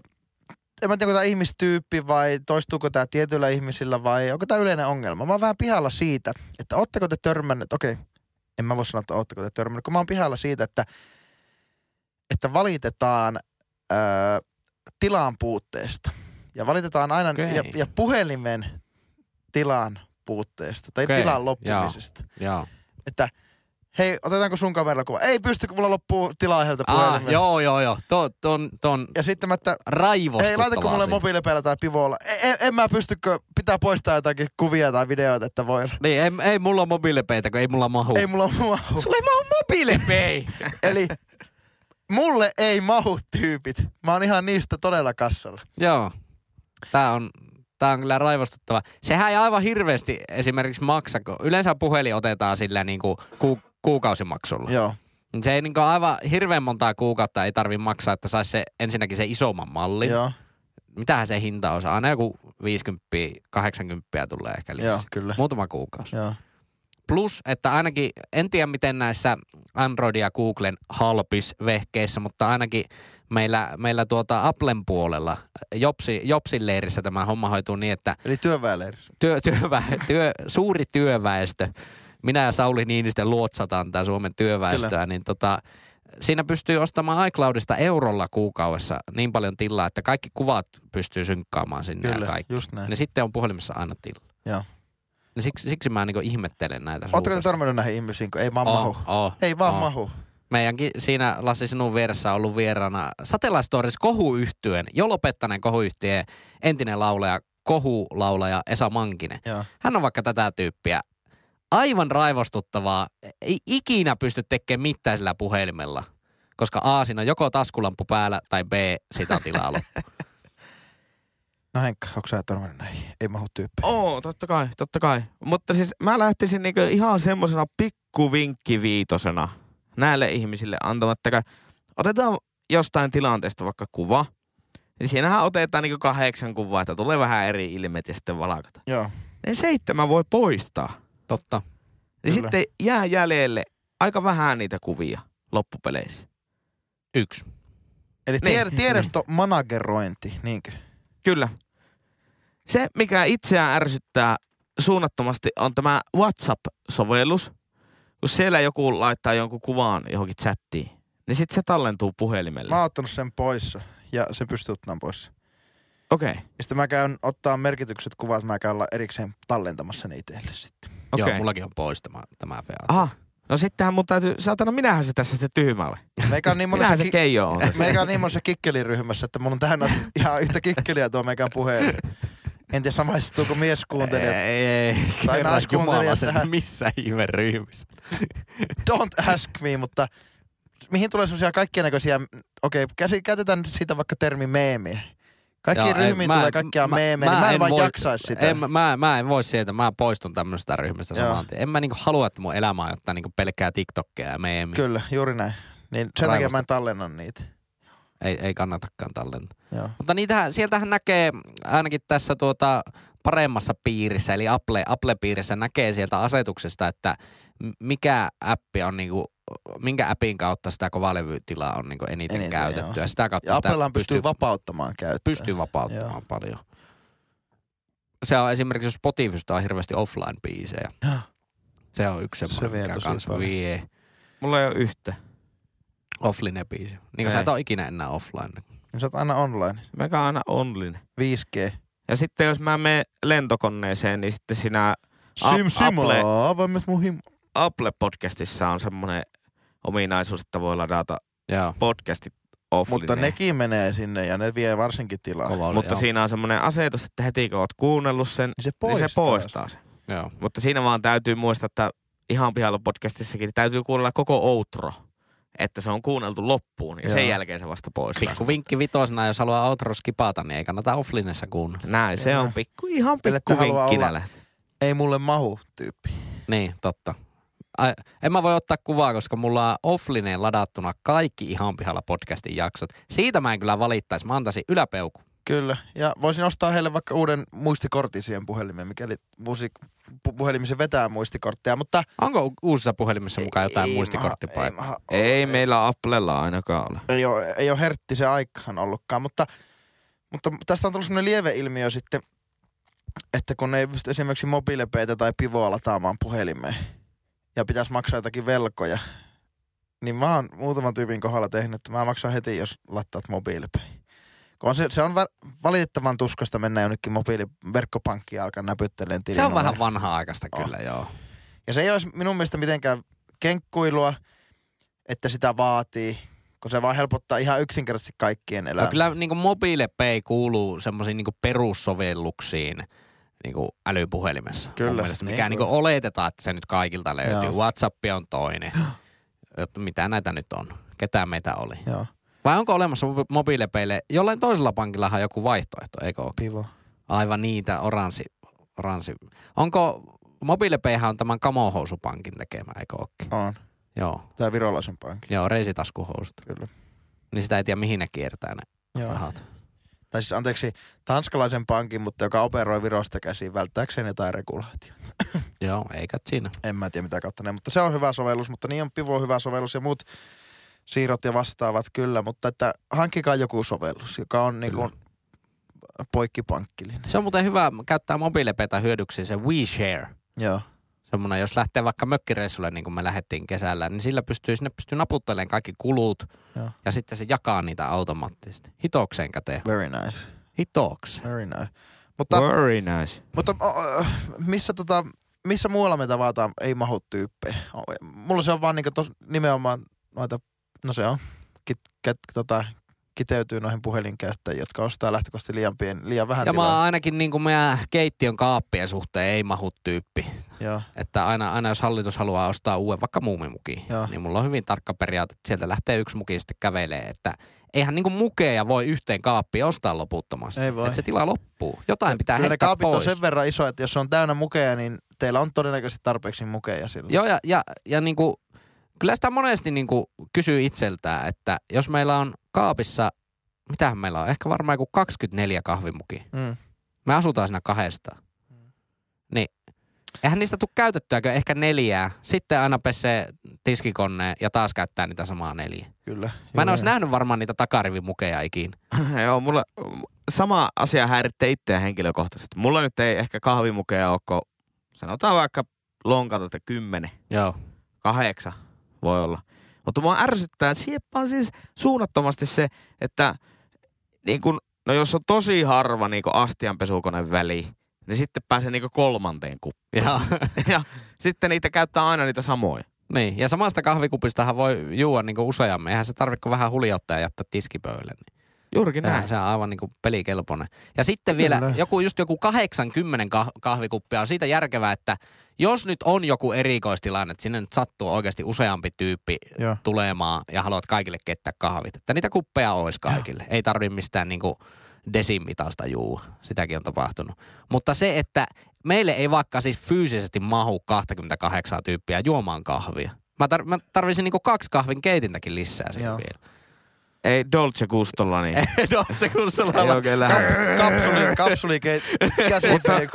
Speaker 4: en mä tiedä, onko tämä ihmistyyppi vai toistuuko tämä tietyillä ihmisillä vai onko tämä yleinen ongelma. Mä oon vähän pihalla siitä, että ootteko te törmännyt, okei, en mä voi sanoa, että ootteko te törmännyt, kun mä oon pihalla siitä, että, että valitetaan ö, tilan puutteesta. Ja valitetaan aina,
Speaker 2: Okei.
Speaker 4: ja, ja puhelimen tilan puutteesta tai
Speaker 2: Okei,
Speaker 4: tilan
Speaker 2: joo.
Speaker 4: loppumisesta
Speaker 2: Joo.
Speaker 4: että hei, otetaanko sun kamerakuva? Ei pysty, kun mulla loppuu tilaa yhdeltä
Speaker 2: Ah,
Speaker 4: puhelimesta.
Speaker 2: joo, joo, joo. Tuo, ton, ton
Speaker 4: Ja sitten mä, että
Speaker 2: raivostuttava
Speaker 4: hei, laitako mulle
Speaker 2: asia.
Speaker 4: mobiilipeillä tai pivolla? E- en, en mä pystykö, pitää poistaa jotakin kuvia tai videoita, että voi olla.
Speaker 2: Niin, ei, ei mulla mobiilipeitä, kun ei mulla mahu.
Speaker 4: Ei mulla mua.
Speaker 2: Sulla ei mahu
Speaker 4: [laughs]
Speaker 2: mobiilipei.
Speaker 4: Eli mulle ei mahu tyypit. Mä oon ihan niistä todella kassalla.
Speaker 2: Joo. Tää on, tää on kyllä raivostuttava. Sehän ei aivan hirveästi esimerkiksi maksa, kun yleensä puhelin otetaan sillä niinku ku, kuukausimaksulla.
Speaker 4: Joo.
Speaker 2: Niin Se ei niinku aivan hirveän montaa kuukautta ei tarvi maksaa, että saisi se, ensinnäkin se isomman mallin.
Speaker 4: Joo,
Speaker 2: Mitähän se hinta on? Se on Aina joku 50, 80 tulee ehkä lisää.
Speaker 4: joo, kyllä.
Speaker 2: Muutama kuukausi.
Speaker 4: Joo.
Speaker 2: Plus, että ainakin, en tiedä miten näissä Android ja Googlen halpisvehkeissä, mutta ainakin meillä, meillä tuota Applen puolella, Jobsi, Jobsin leirissä tämä homma hoituu niin, että
Speaker 4: Eli työväenleirissä.
Speaker 2: työ, työvä, työ, suuri työväestö, minä ja Sauli Niinistö luotsataan tämä Suomen työväestöä, Kyllä. niin tota, siinä pystyy ostamaan iCloudista eurolla kuukaudessa niin paljon tilaa, että kaikki kuvat pystyy synkkaamaan sinne ja
Speaker 4: Kyllä,
Speaker 2: kaikki.
Speaker 4: just näin.
Speaker 2: Ne sitten on puhelimessa aina tilaa.
Speaker 4: Joo.
Speaker 2: Ja siksi, siksi mä niinku ihmettelen näitä
Speaker 4: Ootteko te
Speaker 2: suuresti.
Speaker 4: törmännyt näihin ihmisiin, kun ei vaan mahu?
Speaker 2: Oh, oh,
Speaker 4: Ei vaan
Speaker 2: on.
Speaker 4: mahu.
Speaker 2: Meidänkin siinä, Lassi, sinun vieressä on ollut vieraana Satellastoris kohuyhtyön, jo lopettaneen kohuyhtyön entinen laulaja, kohulaulaja Esa Mankinen.
Speaker 4: Joo.
Speaker 2: Hän on vaikka tätä tyyppiä. Aivan raivostuttavaa. Ei ikinä pysty tekemään mitään sillä puhelimella, koska A, siinä on joko taskulampu päällä tai B, sitä on tilaa
Speaker 4: [laughs]
Speaker 2: loppu.
Speaker 4: No Henkka, onko sä törmännyt näihin? Ei mahu tyyppi.
Speaker 3: Oo, totta kai, totta kai. Mutta siis mä lähtisin niinku ihan semmosena pikkuvinkkiviitosena näille ihmisille antamatta. kä- Otetaan jostain tilanteesta vaikka kuva. Niin siinähän otetaan niinku kahdeksan kuvaa, että tulee vähän eri ilmeet ja sitten valakata.
Speaker 4: Joo,
Speaker 3: Ne seitsemän voi poistaa.
Speaker 2: Totta.
Speaker 3: Niin
Speaker 4: Kyllä.
Speaker 3: sitten jää jäljelle aika vähän niitä kuvia loppupeleissä.
Speaker 2: Yksi.
Speaker 4: eli
Speaker 3: Niin.
Speaker 4: tied- tiedosto-managerointi, niinkö?
Speaker 3: Kyllä. Se, mikä itseään ärsyttää suunnattomasti, on tämä WhatsApp-sovellus. Kun siellä joku laittaa jonkun kuvan johonkin chattiin, niin sitten se tallentuu puhelimelle.
Speaker 4: Mä oon ottanut sen pois ja sen pystyy ottamaan pois.
Speaker 3: Okei, okay,
Speaker 4: Ja sitten mä käyn ottaa merkitykset kuvat, mä käyn olla erikseen tallentamassa ne itselle
Speaker 2: [laughs]
Speaker 4: sitten.
Speaker 2: Okay. Joo,
Speaker 3: okei. Okay.
Speaker 2: mullakin on pois tämä, tämä fea.
Speaker 4: Ah,
Speaker 3: Aha, no sittenhän mun täytyy, saatana minähän se tässä se tyhmä olen.
Speaker 4: Meikä on niin monessa,
Speaker 3: Minähän se
Speaker 4: ki-
Speaker 3: keijo on.
Speaker 4: [laughs] meikä on niin monessa kikkeliryhmässä, että mulla on tähän asti ihan yhtä kikkeliä tuo meikän puheen. En tiedä samaistuuko mieskuuntelijat.
Speaker 2: Ei, ei,
Speaker 4: Tai
Speaker 2: kerran
Speaker 4: naiskuuntelijat
Speaker 2: Jumala sen,
Speaker 4: tähän.
Speaker 2: missä ihme ryhmissä.
Speaker 4: Don't ask me, mutta mihin tulee semmoisia kaikkien näköisiä, okei, käsi käytetään siitä vaikka termi meemi. Kaikkiin
Speaker 2: Joo, ei,
Speaker 4: ryhmiin
Speaker 2: mä-
Speaker 4: tulee kaikkia
Speaker 2: mä-
Speaker 4: meemejä, niin
Speaker 2: mä
Speaker 4: mä en,
Speaker 2: en
Speaker 4: vaan
Speaker 2: voi-
Speaker 4: jaksaisi sitä.
Speaker 2: En, mä- mä, mä en voi sieltä, mä poistun tämmöistä ryhmästä
Speaker 4: Joo.
Speaker 2: saman tien. En mä niinku halua, että mun elämä on jotain niinku pelkkää TikTokia ja meemiä.
Speaker 4: Kyllä, juuri näin. Niin sen takia
Speaker 2: Raivosta.
Speaker 4: mä en tallenna niitä.
Speaker 2: Ei, ei kannatakaan tallentaa.
Speaker 4: Joo.
Speaker 2: Mutta niitähän, sieltähän näkee ainakin tässä tuota paremmassa piirissä, eli Apple, Apple-piirissä näkee sieltä asetuksesta, että m- mikä appi on niinku, minkä appin kautta sitä kovalevytilaa on niinku eniten,
Speaker 4: Eniten,
Speaker 2: eniten käytettyä. Sitä kautta
Speaker 4: Ja
Speaker 2: sitä
Speaker 4: Appellaan pystyy vapauttamaan käyttöön.
Speaker 2: pystyy vapauttamaan Joo. paljon. Se on esimerkiksi, jos Spotifysta on hirveästi offline-biisejä.
Speaker 4: Joo.
Speaker 2: Se on yksi semmoinen,
Speaker 4: vie
Speaker 2: mikä
Speaker 4: tosi
Speaker 2: kans
Speaker 4: paljon.
Speaker 2: vie.
Speaker 3: Mulla ei ole yhtä.
Speaker 2: Offline biisi. Niin kuin sä
Speaker 3: Ei.
Speaker 2: et ole ikinä enää offline.
Speaker 4: Niin sä oot aina online.
Speaker 3: Mikä on aina online.
Speaker 4: 5G.
Speaker 3: Ja sitten jos mä menen lentokoneeseen, niin sitten sinä
Speaker 4: Sim, sim,
Speaker 3: Apple.
Speaker 4: vai myös mun himo.
Speaker 3: Apple-podcastissa on semmoinen ominaisuus, että voi ladata
Speaker 2: Joo.
Speaker 3: podcastit offline.
Speaker 4: Mutta nekin menee sinne ja ne vie varsinkin tilaa.
Speaker 2: Kova oli,
Speaker 3: Mutta
Speaker 2: joo.
Speaker 3: siinä on semmoinen asetus, että heti kun oot kuunnellut sen,
Speaker 4: Niin se
Speaker 3: poistaa
Speaker 4: poistaa.
Speaker 3: niin se poistaa sen.
Speaker 2: Joo.
Speaker 3: Mutta siinä vaan täytyy muistaa, että ihan pihalla podcastissakin täytyy kuunnella koko outro. että se on kuunneltu loppuun ja sen
Speaker 4: Joo.
Speaker 3: jälkeen se vasta pois.
Speaker 2: Pikku vinkki vitosena, jos haluaa outro skipata, niin ei kannata offlinessa kuunnella.
Speaker 3: Näin, se
Speaker 4: Joo.
Speaker 3: on pikku, ihan
Speaker 4: Pelle, kun
Speaker 3: pikku
Speaker 4: haluaa
Speaker 3: vinkki
Speaker 4: olla-
Speaker 3: näille.
Speaker 4: Ei mulle mahu tyyppi.
Speaker 2: Niin, totta. Ai, en mä voi ottaa kuvaa, koska mulla on offlineen ladattuna kaikki ihan pihalla podcastin jaksot. Siitä mä en kyllä valittaisi. Mä antaisin yläpeuku.
Speaker 4: Kyllä. Ja voisin ostaa heille vaikka uuden muistikortin siihen puhelimeen, mikäli musiik- pu- puhelimisen vetää muistikorttia, mutta...
Speaker 2: Onko u- uusissa puhelimissa mukaan jotain
Speaker 4: ei mä-
Speaker 2: muistikorttipaikkaa?
Speaker 4: ei mä-
Speaker 3: Ei meillä Applella ainakaan ole.
Speaker 4: ei ole, ei ole hertti se aikahan ollutkaan, mutta, mutta tästä on tullut semmoinen lieveilmiö sitten, että kun ei pysty esimerkiksi mobiilepeitä tai pivoa lataamaan puhelimeen ja pitäisi maksaa jotakin velkoja, niin mä oon muutaman tyypin kohdalla tehnyt, että mä maksan heti, jos lattaat mobiilepei. Kun on se, se on vä- valitettavan tuskasta mennä jonnekin mobiiliverkkopankkiin ja alkaa näpytteleen tilin
Speaker 2: Se on vähän vanha-aikaista
Speaker 4: Oh.
Speaker 2: kyllä, joo.
Speaker 4: ja se ei olisi minun mielestä mitenkään kenkkuilua, että sitä vaatii, kun se vaan helpottaa ihan yksinkertaisesti kaikkien
Speaker 2: Ja
Speaker 4: elämää.
Speaker 2: kyllä niin mobiilepei kuuluu semmoisiin niin perussovelluksiin niin älypuhelimessa. mun
Speaker 4: Kyllä,
Speaker 2: Mielestä,
Speaker 4: niin
Speaker 2: mikä niin
Speaker 4: kyllä.
Speaker 2: oletetaan, että se nyt kaikilta löytyy.
Speaker 4: Joo.
Speaker 2: WhatsApp on
Speaker 4: [gasps]
Speaker 2: toinen. Että Mitä näitä nyt on? Ketä meitä oli?
Speaker 4: Joo,
Speaker 2: Vai onko olemassa mobi- mobiilepeille? Jollain toisella pankillahan on joku vaihtoehto, eikö ole?
Speaker 4: pivo.
Speaker 2: Aivan niitä, oranssi. oranssi. Onko, mobiilepeihän on tämän kamohousupankin tekemä, eikö ookin?
Speaker 4: On.
Speaker 2: Joo,
Speaker 4: Tää virolaisen pankki.
Speaker 2: joo, reisitaskuhousut.
Speaker 4: Kyllä.
Speaker 2: Niin sitä ei tiedä, mihin ne kiertää ne
Speaker 4: Joo.
Speaker 2: rahat.
Speaker 4: Tai siis anteeksi, tanskalaisen pankin, mutta joka operoi virosta käsiin välttääkseen jotain regulaatiota.
Speaker 2: Joo, eikä siinä.
Speaker 4: En mä tiedä mitä kautta ne, mutta se on hyvä sovellus, mutta niin on pivo hyvä sovellus ja muut siirrot ja vastaavat kyllä, mutta että hankkikaa joku sovellus, joka on niin kuin poikkipankkillinen.
Speaker 2: Se on muuten hyvä käyttää mobiilepetä hyödyksi se WeShare.
Speaker 4: Joo.
Speaker 2: Semmoinen, jos lähtee vaikka mökkireissulle, niin kuin me lähdettiin kesällä, niin sillä pystyy, sinne pystyy naputtelemaan kaikki kulut
Speaker 4: Joo.
Speaker 2: ja sitten se jakaa niitä automaattisesti. Hitokseen käteen.
Speaker 4: Very nice.
Speaker 2: Hitokseen.
Speaker 4: Very nice. Mutta
Speaker 3: Very nice. [laughs]
Speaker 4: Mutta o, o, missä, tota, missä muualla me tavataan ei mahu tyyppejä? O, e, Mulla se on vaan niinku tos, nimenomaan noita, no se on, kit, ket, tota, kiteytyy noihin puhelinkäyttäjiin, jotka ostaa lähtökohtaisesti liian, pien, liian vähän
Speaker 2: Ja mä oon
Speaker 4: tilaa.
Speaker 2: ainakin niin kuin meidän keittiön kaappien suhteen ei mahu tyyppi.
Speaker 4: Joo,
Speaker 2: Että aina, aina jos hallitus haluaa ostaa uuden vaikka muumimuki,
Speaker 4: Joo.
Speaker 2: niin mulla on hyvin tarkka periaate, että sieltä lähtee yksi muki sitten kävelee. Että eihän niin kuin mukeja voi yhteen kaappiin ostaa loputtomasti.
Speaker 4: Ei voi.
Speaker 2: Että se tila loppuu. Jotain pitää
Speaker 4: Kyllä ne
Speaker 2: heittää
Speaker 4: kaapit
Speaker 2: pois.
Speaker 4: on sen verran iso, että jos se on täynnä mukeja, niin teillä on todennäköisesti tarpeeksi mukeja silloin.
Speaker 2: Joo, ja, ja, ja niin kuin, kyllä sitä monesti niin kuin kysyy itseltään, että jos meillä on kaapissa, mitähän meillä on, ehkä varmaan joku 24 kahvimuki.
Speaker 4: Mm.
Speaker 2: Me asutaan siinä kahdesta. Niin, eihän niistä tule käytettyäkö ehkä neljää. Sitten aina pesee tiskikoneen ja taas käyttää niitä samaa neljä.
Speaker 4: Kyllä.
Speaker 2: Mä en
Speaker 4: Joo,
Speaker 2: olisi
Speaker 4: joo.
Speaker 2: nähnyt varmaan niitä takarivimukeja ikinä.
Speaker 3: Joo, mulla sama asia häiritsee itseä henkilökohtaisesti. Mulla nyt ei ehkä kahvimukeja ole, kun sanotaan vaikka lonkata, että kymmenen,
Speaker 2: Joo.
Speaker 3: kahdeksan voi olla. Mutta mua ärsyttää, sieppaan siis suunnattomasti se, että niin kun, no jos on tosi harva niin astianpesukoneen väli, niin sitten pääsee niin kolmanteen kuppiin.
Speaker 2: Joo.
Speaker 3: Ja sitten niitä käyttää aina niitä samoja.
Speaker 2: niin, ja samasta kahvikupistahan voi juua niin kuin useammin. Eihän se tarvitse kuin vähän huliottaa ja jättää tiskipöydälle.
Speaker 3: Juurikin
Speaker 4: Äh.
Speaker 2: Näin.
Speaker 3: näin.
Speaker 2: Se on aivan niin kuin pelikelpoinen. Ja sitten vielä
Speaker 4: Kyllä.
Speaker 2: joku, just joku 80 kah- kahvikuppia on siitä järkevää, että jos nyt on joku erikoistilanne, että sinne nyt sattuu oikeasti useampi tyyppi
Speaker 4: Joo.
Speaker 2: tulemaan ja haluat kaikille kettää kahvit, että niitä kuppeja olisi kaikille. Ei tarvi mistään niin kuin desimitaista juu, sitäkin on tapahtunut. Mutta se, että meille ei vaikka siis fyysisesti mahu 28 tyyppiä juomaan kahvia. Mä, tar- mä tarvisin niinku kaksi kahvin keitintäkin lisää siihen
Speaker 4: Joo.
Speaker 2: vielä. [laughs]
Speaker 3: Ei Dolce Gustolla, niin
Speaker 2: no, se kurssilla
Speaker 3: [laughs] ei oikein lähde.
Speaker 4: Kap- kapsuli, kapsuli
Speaker 2: [laughs]
Speaker 4: käsipeli.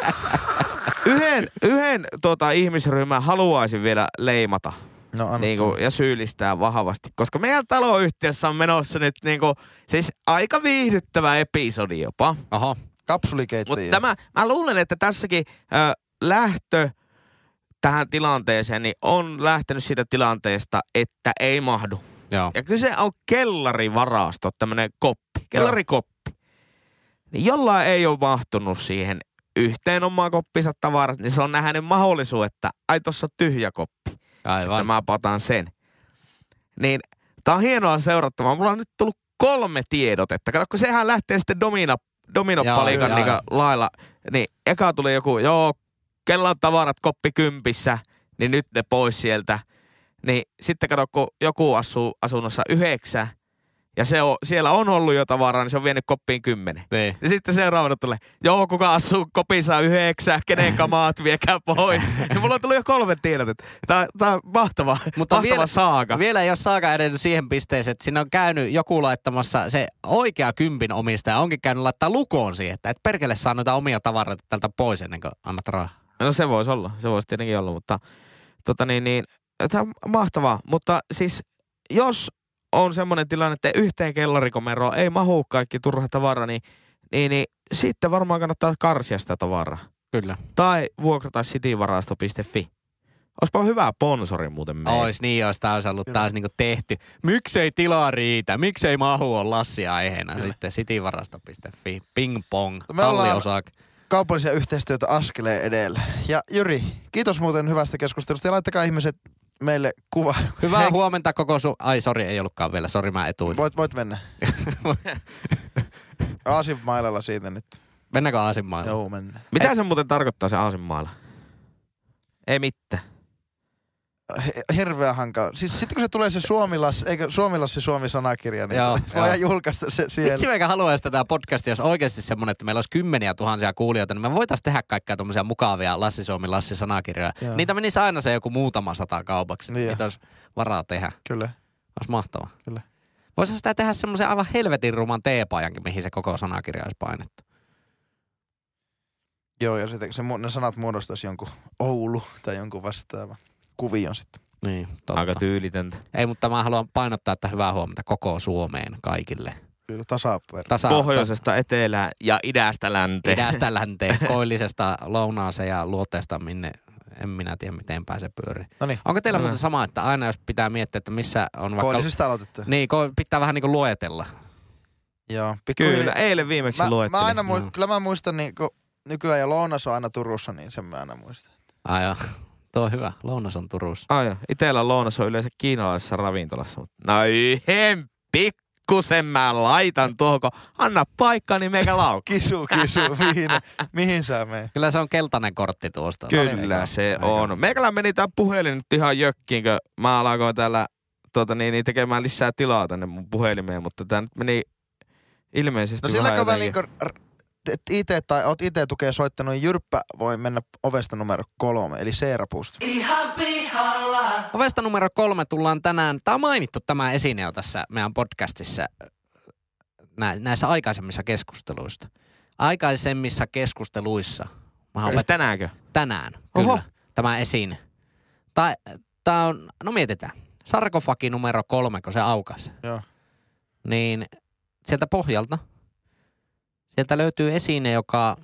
Speaker 3: yhden, yhden tota, ihmisryhmän haluaisin vielä leimata
Speaker 4: No anna
Speaker 3: niin
Speaker 4: tulla.
Speaker 3: kuin, ja syyllistää vahvasti, koska meidän taloyhtiössä on menossa nyt niin kuin, siis aika viihdyttävä episodi jopa.
Speaker 2: Oho.
Speaker 4: Kapsulikeittäjiä.
Speaker 3: Mutta tämä, mä luulen, että tässäkin ö, lähtö tähän tilanteeseen niin on lähtenyt siitä tilanteesta, että ei mahdu.
Speaker 2: Joo.
Speaker 3: Ja kyse on kellarivarasto, tämmönen koppi, kellarikoppi. Niin jollain ei ole mahtunut siihen yhteen omaan koppinsa tavarat, niin se on nähnyt mahdollisuuden, että ai tossa on tyhjä koppi,
Speaker 2: Aivan.
Speaker 3: että mä pataan sen. Niin tää on hienoa seurattavaa. Mulla on nyt tullut kolme tiedotetta. Kato, kun sehän lähtee sitten domino, dominopalikan
Speaker 2: Joo,
Speaker 3: niin
Speaker 2: joo.
Speaker 3: lailla. Niin eka tuli joku, joo, kellan tavarat koppi kympissä, niin nyt ne pois sieltä. Niin sitten kato, kun joku asuu asunnossa yhdeksän ja se on, siellä on ollut jo tavaraa, niin se on vienyt koppiin kymmenen.
Speaker 2: Niin.
Speaker 3: Ja sitten seuraavana tulee, joo, kuka asuu kopissa yhdeksän, kenen kamaat viekää pois. Ja mulla on tullut jo kolme tiedot. Tää, tää on mahtava, Mutta mahtava vielä, saaga.
Speaker 2: Vielä ei ole saaga edennyt siihen pisteeseen, että siinä on käynyt joku laittamassa se oikea kympin omistaja, onkin käynyt laittaa lukoon siihen, että et perkele saa noita omia tavaroita tältä pois ennen kuin annat rahaa.
Speaker 3: No se voisi olla, se voisi tietenkin olla, mutta tota niin, niin tämä on mahtavaa. Mutta siis jos on semmoinen tilanne, että yhteen kellarikomeroon ei mahu kaikki turha tavara, niin, niin, niin sitten varmaan kannattaa karsia sitä tavaraa.
Speaker 2: Kyllä.
Speaker 3: Tai vuokrata cityvarasto.fi. Olisipa hyvä sponsori muuten meille.
Speaker 2: Ois niin, jos tämä olisi ollut taas niinku tehty. Miksei tilaa riitä? Miksei mahu on Lassi aiheena? Sitten cityvarasto.fi. Ping pong.
Speaker 4: Me ollaan-
Speaker 2: Talliosaak.
Speaker 4: Kaupallisia yhteistyötä askeleen edellä. Ja Jyri, kiitos muuten hyvästä keskustelusta ja laittakaa ihmiset meille kuva.
Speaker 2: Hyvää
Speaker 4: Hei,
Speaker 2: huomenta koko sun... Ai, sori, ei ollutkaan vielä. Sori, mä etuin.
Speaker 4: voit,
Speaker 2: [laughs]
Speaker 4: voit mennä. Aasin mailalla siitä nyt.
Speaker 2: Mennäänkö Aasinmaailmaan?
Speaker 4: Joo, mennään.
Speaker 3: Mitä se muuten tarkoittaa se Aasinmaalla? Ei mitään.
Speaker 4: He- Hirveä hankala. Siis, sitten kun se tulee se Suomilas, eikö Suomilassi Suomi-sanakirja, niin [laughs]
Speaker 2: Joo,
Speaker 4: voidaan julkaista se siellä.
Speaker 2: Vitsi meikä haluaisi tätä podcastia, jos oikeasti semmoinen, että meillä olisi kymmeniä tuhansia kuulijoita, niin me voitaisiin tehdä kaikkia tuommoisia mukavia Lassi Suomi, Lassi sanakirjoja.
Speaker 4: Joo.
Speaker 2: Niitä menisi aina se joku muutama sata kaupaksi.
Speaker 4: Niin
Speaker 2: Niin
Speaker 4: jo.
Speaker 2: Niitä olisi varaa tehdä.
Speaker 4: Kyllä.
Speaker 2: Olisi mahtavaa.
Speaker 4: Kyllä.
Speaker 2: Voisihan sitä tehdä semmoisen aivan helvetin ruman teepajankin, mihin se koko sanakirja olisi painettu.
Speaker 4: Joo, ja sitten se, mu- ne sanat muodostaisi jonkun Oulu tai jonkun vastaavan kuvion sitten.
Speaker 2: Niin, totta.
Speaker 3: Aika tyylitöntä.
Speaker 2: Ei, mutta mä haluan painottaa, että hyvää huomenta koko Suomeen kaikille.
Speaker 4: Kyllä tasapuolella.
Speaker 2: Tasa,
Speaker 3: Pohjoisesta etelään ja idästä
Speaker 2: ta-
Speaker 3: länteen.
Speaker 2: idästä länteen, koillisesta lounaaseen ja luoteesta minne. En minä tiedä, miten pääse pyörii.
Speaker 4: Noniin.
Speaker 2: Onko teillä
Speaker 3: Mm.
Speaker 2: muuten sama, että aina jos pitää miettiä, että missä on vaikka...
Speaker 4: Koillisesta aloitetta.
Speaker 2: Niin, ko- pitää vähän niinku luetella.
Speaker 4: Joo. pikkuhiljaa-
Speaker 3: Kyllä, eilen viimeksi
Speaker 4: Mä,
Speaker 3: luettelin.
Speaker 4: mä aina mu-
Speaker 2: Joo.
Speaker 4: Kyllä mä muistan, niin, kun nykyään ja lounas on aina Turussa, niin sen mä aina muistan.
Speaker 2: Ai joo. Tuo on hyvä. Lounas on Turussa.
Speaker 3: Aina. Itellä lounas on yleensä kiinalaisessa ravintolassa. Mutta no yhden pikkusen mä laitan tuohon, kun anna paikkaa, niin meikä
Speaker 4: [laughs]
Speaker 3: laukka.
Speaker 4: Kisu, kisu,
Speaker 2: [laughs]
Speaker 4: mihin, mihin sä menet?
Speaker 2: Kyllä se on keltainen kortti tuosta.
Speaker 3: Kyllä se
Speaker 2: Aika.
Speaker 3: on. Meikällä meni tää puhelin nyt ihan jökkiin, kun mä alkoin täällä tota, niin, niin, tekemään lisää tilaa tänne mun puhelimeen, mutta tää nyt meni ilmeisesti
Speaker 4: No
Speaker 3: vähän
Speaker 4: silläkö
Speaker 3: jotenkin-
Speaker 4: väliin, kun r- teet ite tai oot ite tukea soittanut, niin Jyrppä voi mennä ovesta numero kolme, eli Seerapuusta.
Speaker 1: ihan pihalla.
Speaker 2: Ovesta numero kolme tullaan tänään. Tämä on mainittu tämä esine jo tässä meidän podcastissa äh, nä- näissä aikaisemmissa keskusteluista. Aikaisemmissa keskusteluissa. Mä oon
Speaker 3: Siis tänäänkö?
Speaker 2: tänään.
Speaker 3: Oho.
Speaker 2: Kyllä, tämä esiin. Tai tää on, no mietitään. Sarkofagi numero kolme, kun se aukas.
Speaker 4: Joo.
Speaker 2: Niin sieltä pohjalta, sieltä löytyy esine, joka,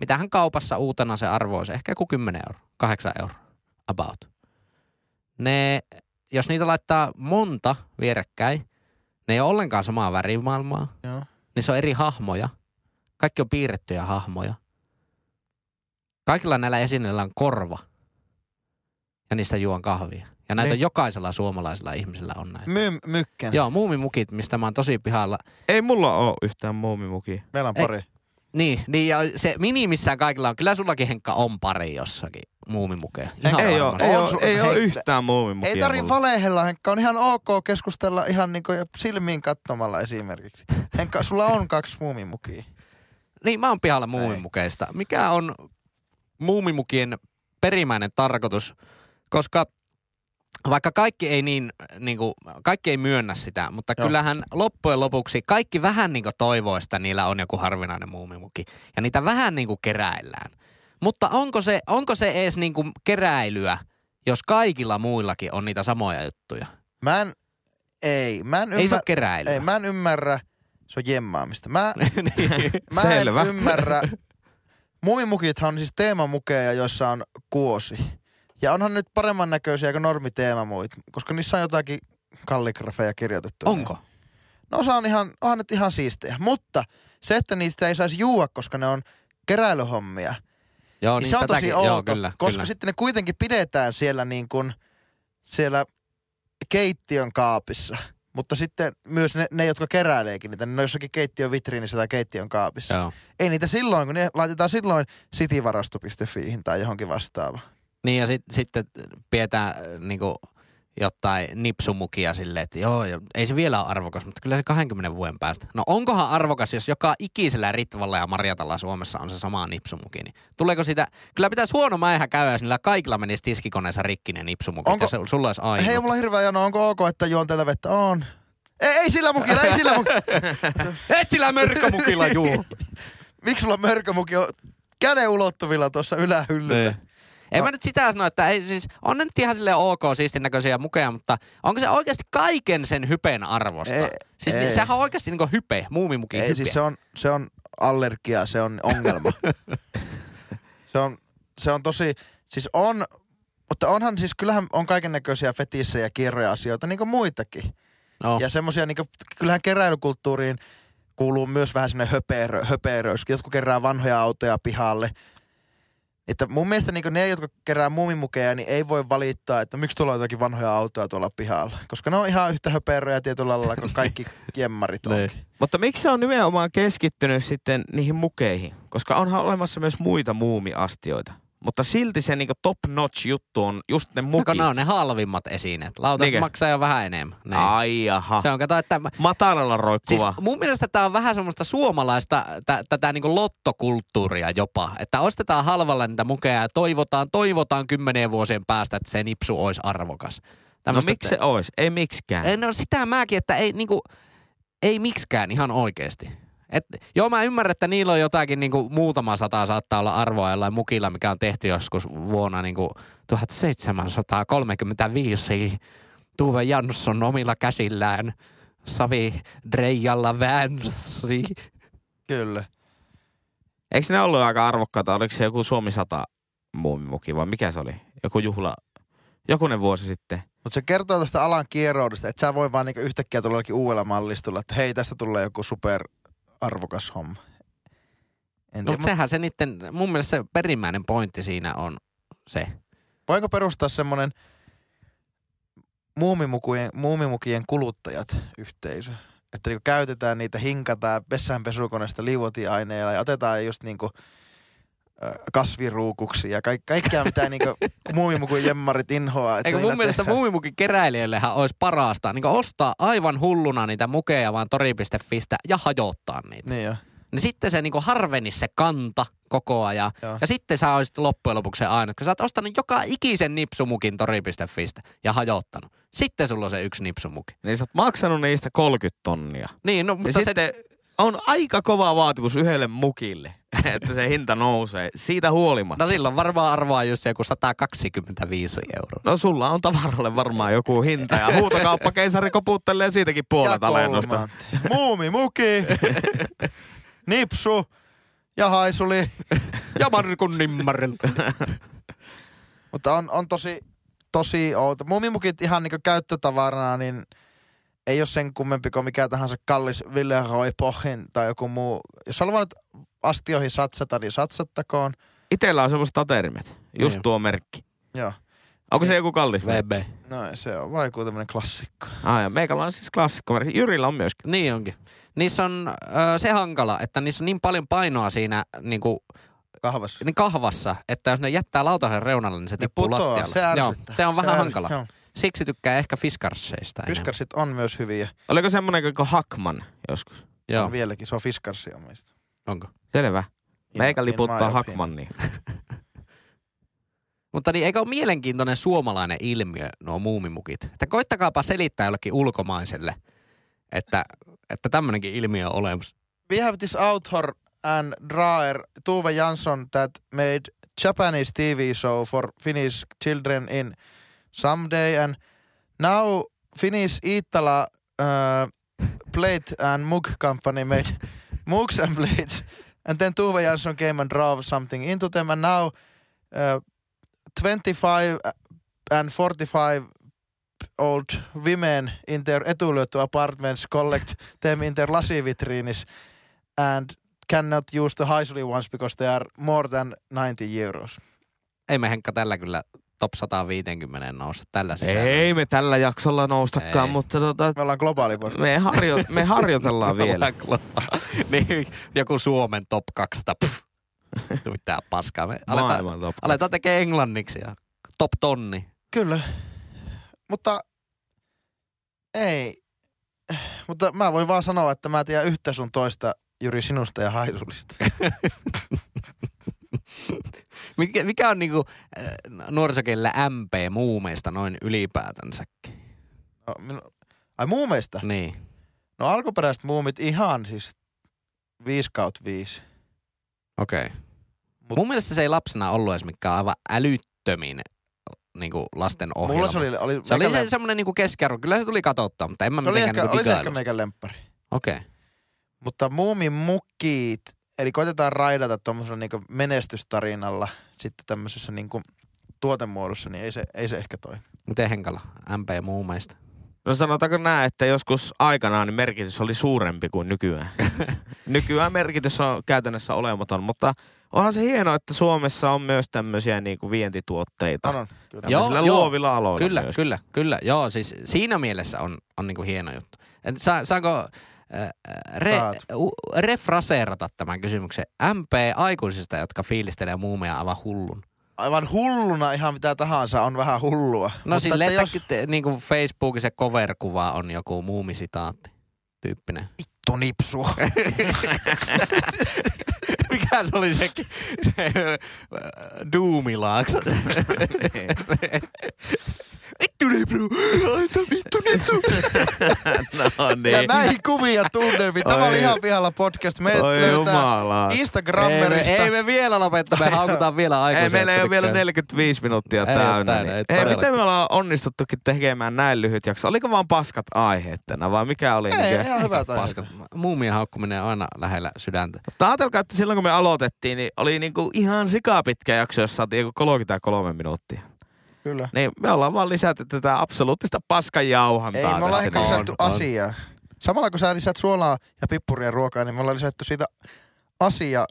Speaker 2: mitähän kaupassa uutena se arvoisi, ehkä joku 10 euroa, 8 euroa, about. Ne, jos niitä laittaa monta vierekkäin, ne ei ole ollenkaan samaa värimaailmaa,
Speaker 4: Joo.
Speaker 2: niissä on eri hahmoja. Kaikki on piirrettyjä hahmoja. Kaikilla näillä esineillä on korva. Ja niistä juon kahvia. Ja näitä
Speaker 3: Niin.
Speaker 2: on jokaisella suomalaisella ihmisellä on näitä.
Speaker 4: My, mykkänen.
Speaker 2: Joo, muumimukit, mistä mä oon tosi pihalla.
Speaker 3: Ei mulla oo yhtään muumimukia.
Speaker 4: Meillä on
Speaker 2: Ei.
Speaker 4: pari.
Speaker 2: Niin, niin ja se minimissään kaikilla on. Kyllä sullakin Henkka on pari jossakin muumimukeja. Ihan
Speaker 3: Ei oo,
Speaker 2: varmasti.
Speaker 3: ei oo,
Speaker 4: On sun-
Speaker 3: ei oo
Speaker 4: Hei,
Speaker 3: yhtään muumimukia
Speaker 4: Ei tarvi
Speaker 3: mulla.
Speaker 4: valehella, Henkka. On ihan ok keskustella ihan niinku silmiin katsomalla esimerkiksi. Henkka, sulla on kaksi muumimukia.
Speaker 2: Niin, mä oon pihalla muumimukeista. Mikä on muumimukien perimmäinen tarkoitus? Koska vaikka kaikki ei, niin, niin kuin, kaikki ei myönnä sitä, mutta
Speaker 4: Joo.
Speaker 2: kyllähän loppujen lopuksi kaikki vähän niin kuin toivoista niillä on joku harvinainen muumimuki. Ja niitä vähän niin kuin keräillään. Mutta onko se, onko se edes niin kuin keräilyä, jos kaikilla muillakin on niitä samoja juttuja?
Speaker 4: Mä en, ei, Niin, mä en
Speaker 2: Ei se
Speaker 4: ymmärrä.
Speaker 2: ole keräilyä.
Speaker 4: Ei, mä en ymmärrä. Se on jemmaamista. Mä,
Speaker 2: [laughs]
Speaker 4: [laughs]
Speaker 2: Niin.
Speaker 4: mä
Speaker 3: Selvä.
Speaker 4: en ymmärrä. Muumimukithan on siis teemamukeja, joissa on kuosi. Ja onhan nyt paremman näköisiä kuin normiteemamuit, koska niissä on jotakin kalligrafeja kirjoitettu.
Speaker 2: Onko?
Speaker 4: No osa on ihan, onhan nyt ihan siistejä. Mutta se, että niistä ei saisi juua, koska ne on keräilyhommia,
Speaker 2: Joo,
Speaker 4: niin
Speaker 2: niin
Speaker 4: se on
Speaker 2: tätäkin-
Speaker 4: tosi outo,
Speaker 2: joo, kyllä,
Speaker 4: koska
Speaker 2: kyllä.
Speaker 4: sitten ne kuitenkin pidetään siellä niin kuin, siellä keittiön kaapissa. Mutta sitten myös ne, ne jotka keräileekin niitä, niin ne on jossakin keittiön vitriinissä tai keittiön kaapissa.
Speaker 2: Joo.
Speaker 4: Ei niitä silloin, kun ne laitetaan silloin cityvarasto.fiihin tai johonkin vastaavaan.
Speaker 2: Niin ja sit, sitten pidetään äh, niinku jotain nipsumukia silleen, että joo, joo, ei se vielä ole arvokas, mutta kyllä se 20 vuoden päästä. No onkohan arvokas, jos joka ikisellä Ritvalla ja Marjatalla Suomessa on se sama nipsumuki, niin tuleeko sitä, kyllä pitäisi huono mäihä käydä, jos niillä kaikilla menisi tiskikoneessa rikki ne nipsumukit,
Speaker 4: Onko-
Speaker 2: onko, ja se, sulla olisi aina.
Speaker 4: Hei, mulla on hirveä jano, onko ok, että juon tätä vettä? On. Ei, ei sillä mukilla, ei sillä mukilla.
Speaker 2: Et sillä
Speaker 4: [laughs]
Speaker 2: mörkömukilla juu.
Speaker 4: Miksi sulla mörkömuki on käden ulottuvilla tuossa
Speaker 3: Niin.
Speaker 4: ylähyllyllä?
Speaker 2: En
Speaker 4: No.
Speaker 2: mä nyt sitä sano, että ei, siis, on ne nyt ihan sille ok, siistin näköisiä mukeja, mutta onko se oikeasti kaiken sen hypen arvosta?
Speaker 4: Ei,
Speaker 2: Ei, siis
Speaker 4: ei.
Speaker 2: ei. sehän on oikeasti niinku hype, muumimukin
Speaker 4: Ei,
Speaker 2: hype.
Speaker 4: siis se on, se on allergia, se on ongelma. se, on, se on tosi, siis on, mutta onhan siis, kyllähän on kaiken näköisiä fetissejä, kirjoja, asioita, niin kuin muitakin.
Speaker 2: no.
Speaker 4: Ja semmosia, niin kuin, kyllähän keräilykulttuuriin kuuluu myös vähän semmoinen höperö, höperöys. Jotkut kerää vanhoja autoja pihalle. Että mun mielestä niin ne, jotka kerää muumimukeja, niin ei voi valittaa, että miksi tuolla on jotakin vanhoja autoja tuolla pihalla. Koska ne on ihan yhtä höperöjä tietyllä lailla kuin
Speaker 2: [laughs]
Speaker 4: kaikki jemmarit
Speaker 2: Niin.
Speaker 4: onkin.
Speaker 3: Mutta miksi se on nimenomaan keskittynyt sitten niihin mukeihin? Koska onhan olemassa myös muita muumiastioita. Mutta silti se niinku top notch juttu on just ne
Speaker 2: No,
Speaker 3: mukit.
Speaker 2: kun ne on ne halvimmat esineet. Lautas
Speaker 3: Niinkö?
Speaker 2: maksaa jo vähän enemmän. Niin.
Speaker 3: Ai jaha.
Speaker 2: Se on, kato, että...
Speaker 3: Matalalla No
Speaker 2: Siis
Speaker 3: roikkuva.
Speaker 2: mun mielestä tämä on vähän semmoista suomalaista tä, tätä niin lottokulttuuria jopa, että ostetaan halvalla niitä mukeja ja toivotaan, toivotaan kymmeneen vuosien päästä, että se nipsu olisi arvokas.
Speaker 3: no
Speaker 2: Tämmöstä,
Speaker 3: miksi se ois? Ei miksikään.
Speaker 2: Ei, No sitä mäkin, että ei, niinku, ei miksikään ihan oikeasti. Et, joo, mä ymmärrän, että niillä on jotakin niinku, muutama sata saattaa olla arvoa jollain mukilla, mikä on tehty joskus vuonna niinku, 1735. Tuve Jansson omilla käsillään. Savi Dreijalla väänsi.
Speaker 4: Kyllä.
Speaker 3: Eikö ne ollut aika arvokkaita? Oliko se joku Suomi 100 muumimuki vai mikä se oli? Joku juhla, jokunen vuosi sitten.
Speaker 4: Mutta se kertoo tästä alan kieroudesta, että sä voi vaan niinku yhtäkkiä tulla jollakin uudella mallistolla, että hei, tästä tulee joku super arvokas homma.
Speaker 2: No,
Speaker 4: En tiedä,
Speaker 2: mut
Speaker 4: se...
Speaker 2: sehän se niitten, mun mielestä se perimmäinen pointti siinä on se.
Speaker 4: voinko perustaa semmonen muumimukujen, muumimukien kuluttajat yhteisö? Että niinku käytetään niitä, hinkataan vessään pesukoneesta liuotiaineilla ja otetaan just niinku ö, kasviruukuksi ja kaik- kaikkea mitä [laughs] niinku muumimukujen jemmarit inhoaa. että
Speaker 2: Eikö mun
Speaker 4: niillä
Speaker 2: mielestä
Speaker 4: tehdään.
Speaker 2: muumimukin keräilijöillähän olisi parasta niin ostaa aivan hulluna niitä mukeja vaan tori.fistä ja hajottaa niitä.
Speaker 4: Niin joo.
Speaker 2: Niin sitten se niin harvenisi se kanta koko ajan.
Speaker 4: Joo.
Speaker 2: Ja sitten sä olisit loppujen lopuksi se ainut, kun sä oot ostanut joka ikisen nipsumukin tori.fistä ja hajottanut. Sitten sulla on se yksi nipsumuki.
Speaker 3: Niin sä oot maksanut niistä 30 tonnia.
Speaker 2: Niin, no,
Speaker 3: Ja
Speaker 2: mutta se,
Speaker 3: sitten on aika kova vaatimus yhdelle mukille, [laughs] että se hinta nousee. Siitä huolimatta.
Speaker 2: no silloin varmaan arvaa just se joku 125 euroa.
Speaker 3: No sulla on tavaralle varmaan joku hinta ja huutokauppakeisari koputtelee siitäkin puolet alennusta.
Speaker 4: kolmanteen. Muumi
Speaker 2: [laughs]
Speaker 4: muki. Nipsu. Ja haisuli.
Speaker 2: Ja Markun nimmarilla.
Speaker 4: Mutta on, on tosi, tosi outo. Muumimukit ihan niinku käyttötavarana, niin ei ole sen kummempi kuin mikä tahansa kallis Ville Pohin tai joku muu. Jos haluaa nyt astioihin satsata, niin satsattakoon.
Speaker 3: Itellä on semmoiset aterimet. Just
Speaker 2: Niin.
Speaker 3: tuo merkki.
Speaker 4: Joo.
Speaker 3: Onko se joku kallis? merkki?
Speaker 2: VB.
Speaker 4: No ei, se on vaikuu tämmönen klassikko.
Speaker 3: Ah, ja meikällä on siis klassikkomerkki. Jyrillä on myöskin.
Speaker 2: Niin onkin. Niissä on ö, se hankala, että niissä on niin paljon painoa siinä niin kuin,
Speaker 4: Kahvas.
Speaker 2: niin kahvassa, että jos ne jättää lautasen reunalle, niin se
Speaker 4: Ne
Speaker 2: tippuu
Speaker 4: putoaa,
Speaker 2: lattialle.
Speaker 4: se
Speaker 2: Joo,
Speaker 4: ärsyttää.
Speaker 2: se on vähän
Speaker 4: ärsyt-
Speaker 2: hankala.
Speaker 4: Joo.
Speaker 2: Siksi tykkää ehkä fiskarseista. enemmän.
Speaker 4: Fiskarsit on myös hyviä.
Speaker 3: Oliko semmoinen kuin Hakman joskus?
Speaker 2: Joo,
Speaker 4: On vieläkin, se on fiskarsi omista.
Speaker 2: onko.
Speaker 3: Selvä.
Speaker 4: In-
Speaker 3: Meikä
Speaker 4: in
Speaker 3: liputtaa niin
Speaker 4: my
Speaker 3: Hakmannia.
Speaker 2: Mutta niin, eikö ole mielenkiintoinen suomalainen ilmiö nuo muumimukit? Että koittakaapa selittää jollekin ulkomaiselle, että, että tämmöinenkin ilmiö on olemassa.
Speaker 4: we have this author and drawer Tuve Jansson that made Japanese TV show for Finnish children in someday and now Finnish Iittala uh, plate and mug company made [laughs] mugs and plates and then Tuve Jansson came and drove something into them and now uh, 25 and 45 old women in their etulyöty apartments collect them in their lasivitriinis and cannot use the haisuli ones because they are more than 90 euros.
Speaker 2: Ei me Henkka tällä kyllä top 150 nousta tällä sisällä.
Speaker 3: Ei me tällä jaksolla noustakaan,
Speaker 2: Ei.
Speaker 3: mutta tota,
Speaker 4: Me ollaan globaali podcast.
Speaker 3: me, harjo, me
Speaker 2: [laughs]
Speaker 3: harjoitellaan vielä.
Speaker 2: Ollaan globaa- niin, joku Suomen top 200. Puh. Mitä paskaa. Me aletaan,
Speaker 3: Maailman top.
Speaker 2: aletaan tekemään englanniksi ja top tonni.
Speaker 4: Kyllä. Mutta ei. Mutta mä voin vaan sanoa, että mä en tiedä yhtä sun toista Jyri sinusta ja Haisulista.
Speaker 2: [laughs] Mikä, mikä on niinku äh, nuorisokielellä MP muumeista noin ylipäätänsäkin?
Speaker 4: No, minu... Ai muumeista?
Speaker 2: Niin.
Speaker 4: No alkuperäiset muumit ihan siis 5 kautta 5.
Speaker 2: Okei. Okay.
Speaker 4: Mut-
Speaker 2: Mun mielestä se ei lapsena ollut edes mikään aivan älyttömin niinku lasten ohjelma.
Speaker 4: Mulla se oli, oli,
Speaker 2: se, oli
Speaker 4: meikä
Speaker 2: se
Speaker 4: lem-
Speaker 2: semmoinen niinku keskiarvo. Kyllä se tuli katsottua, mutta en mä
Speaker 4: se oli,
Speaker 2: mitenkään niinku
Speaker 4: ehkä, oli se ehkä
Speaker 2: digailu.
Speaker 4: meikän lemppari.
Speaker 2: Okei. Okay.
Speaker 4: Mutta muumin mukkiit, eli koitetaan raidata tuommoisella niinku menestystarinalla sitten tämmöisessä niinku tuotemuodossa, niin ei se, ei se ehkä toimi.
Speaker 2: Miten Henkala? MP muumeista.
Speaker 3: No sanotaanko näin, että joskus aikanaan niin merkitys oli suurempi
Speaker 2: [laughs]
Speaker 3: kuin nykyään. nykyään merkitys on käytännössä olematon, mutta onhan se hienoa, että Suomessa on myös tämmöisiä niin kuin vientituotteita.
Speaker 4: On, on, kyllä.
Speaker 2: Joo,
Speaker 3: Tämmöisillä
Speaker 2: joo.
Speaker 3: luovilla aloilla
Speaker 2: Kyllä, [laughs]
Speaker 3: myös.
Speaker 2: kyllä, kyllä. Joo, siis siinä mielessä on, on niinku hieno juttu. En, saa, saanko äh, re,
Speaker 4: Saat.
Speaker 2: u, refraseerata tämän kysymyksen? MP aikuisista, jotka fiilistelee muumeja aivan hullun.
Speaker 4: Aivan hulluna ihan mitä tahansa on vähän hullua.
Speaker 2: No silleen,
Speaker 4: että
Speaker 2: että jos... te, niin kuin Facebookissa cover-kuva on joku muumisitaatti
Speaker 3: [laughs]
Speaker 2: tyyppinen.
Speaker 4: vittu nipsu.
Speaker 2: Mikä se oli sekin? Se, äh, Doomilaakso.
Speaker 3: Niin.
Speaker 2: vittu nipsu, aita vittu nipsu.
Speaker 3: [laughs] no
Speaker 4: ja
Speaker 3: niin.
Speaker 4: näihin kuvia tunnelmiin. Tämä
Speaker 3: Oi.
Speaker 4: oli ihan pihalla podcast. Me
Speaker 3: Oi
Speaker 4: löytää
Speaker 3: jumala.
Speaker 2: Ei me,
Speaker 4: Instagrammerista.
Speaker 2: ei me vielä lopeta, me haukutaan vielä aikuisia.
Speaker 3: Ei, meillä ei ole vielä
Speaker 2: pelkkää.
Speaker 3: 45 minuuttia
Speaker 2: Ei ole
Speaker 3: täynnä.
Speaker 2: täynnä, ei
Speaker 3: niin. Hei, miten
Speaker 2: todellakaan.
Speaker 3: me ollaan onnistuttukin tekemään näin lyhyt jakso? Oliko vaan paskat aiheet tänään vai mikä oli?
Speaker 4: ei,
Speaker 3: Niin
Speaker 4: ihan hyvä toi.
Speaker 2: Paskat. siis Muumien haukkuminen on aina lähellä sydäntä.
Speaker 3: Mutta ajatelkaa, että silloin kun me aloitettiin, niin oli niinku ihan sikapitkä jakso, jossa saatiin joku 33 minuuttia.
Speaker 4: Kyllä.
Speaker 3: Niin me ollaan vaan lisätty tätä absoluuttista paskan jauhantaa.
Speaker 4: Ei, me ollaan
Speaker 3: tässä niinku- nyt.
Speaker 4: ehkä lisätty
Speaker 2: On, on.
Speaker 4: asiaa. Samalla kun sä lisät suolaa ja pippuria ruokaa, niin me ollaan lisätty siitä asia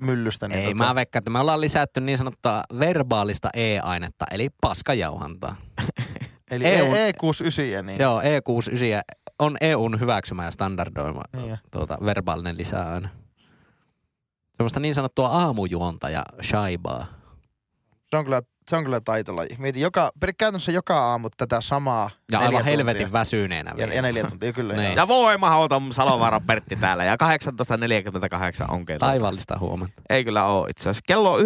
Speaker 4: myllystä. Niin
Speaker 2: Ei, mä veikkaan, että me ollaan lisätty niin sanottua verbaalista e-ainetta, eli paskajauhantaa.
Speaker 4: Eli
Speaker 2: EUn
Speaker 4: E- E69, niin.
Speaker 2: Joo, E E69 on EUn hyväksymä ja standardoima
Speaker 4: Niin jo.
Speaker 2: tuota, verbaalinen lisää aina. Semmoista niin sanottua aamujuonta ja shaibaa.
Speaker 4: Se on kyllä, se on kyllä taitolaji. Mieti, joka, per- käytännössä joka aamu tätä samaa.
Speaker 2: Ja
Speaker 4: neljä
Speaker 2: aivan helvetin
Speaker 4: tuntia.
Speaker 2: väsyneenä vielä.
Speaker 4: Ja, ja neljä tuntia,
Speaker 2: [laughs]
Speaker 4: kyllä.
Speaker 2: Niin.
Speaker 4: joo.
Speaker 3: Ja voi mä otan Salovaara Pertti täällä ja 18.48 on kello.
Speaker 2: Taivallista huomenta.
Speaker 3: Ei kyllä oo itse asiassa. Kello on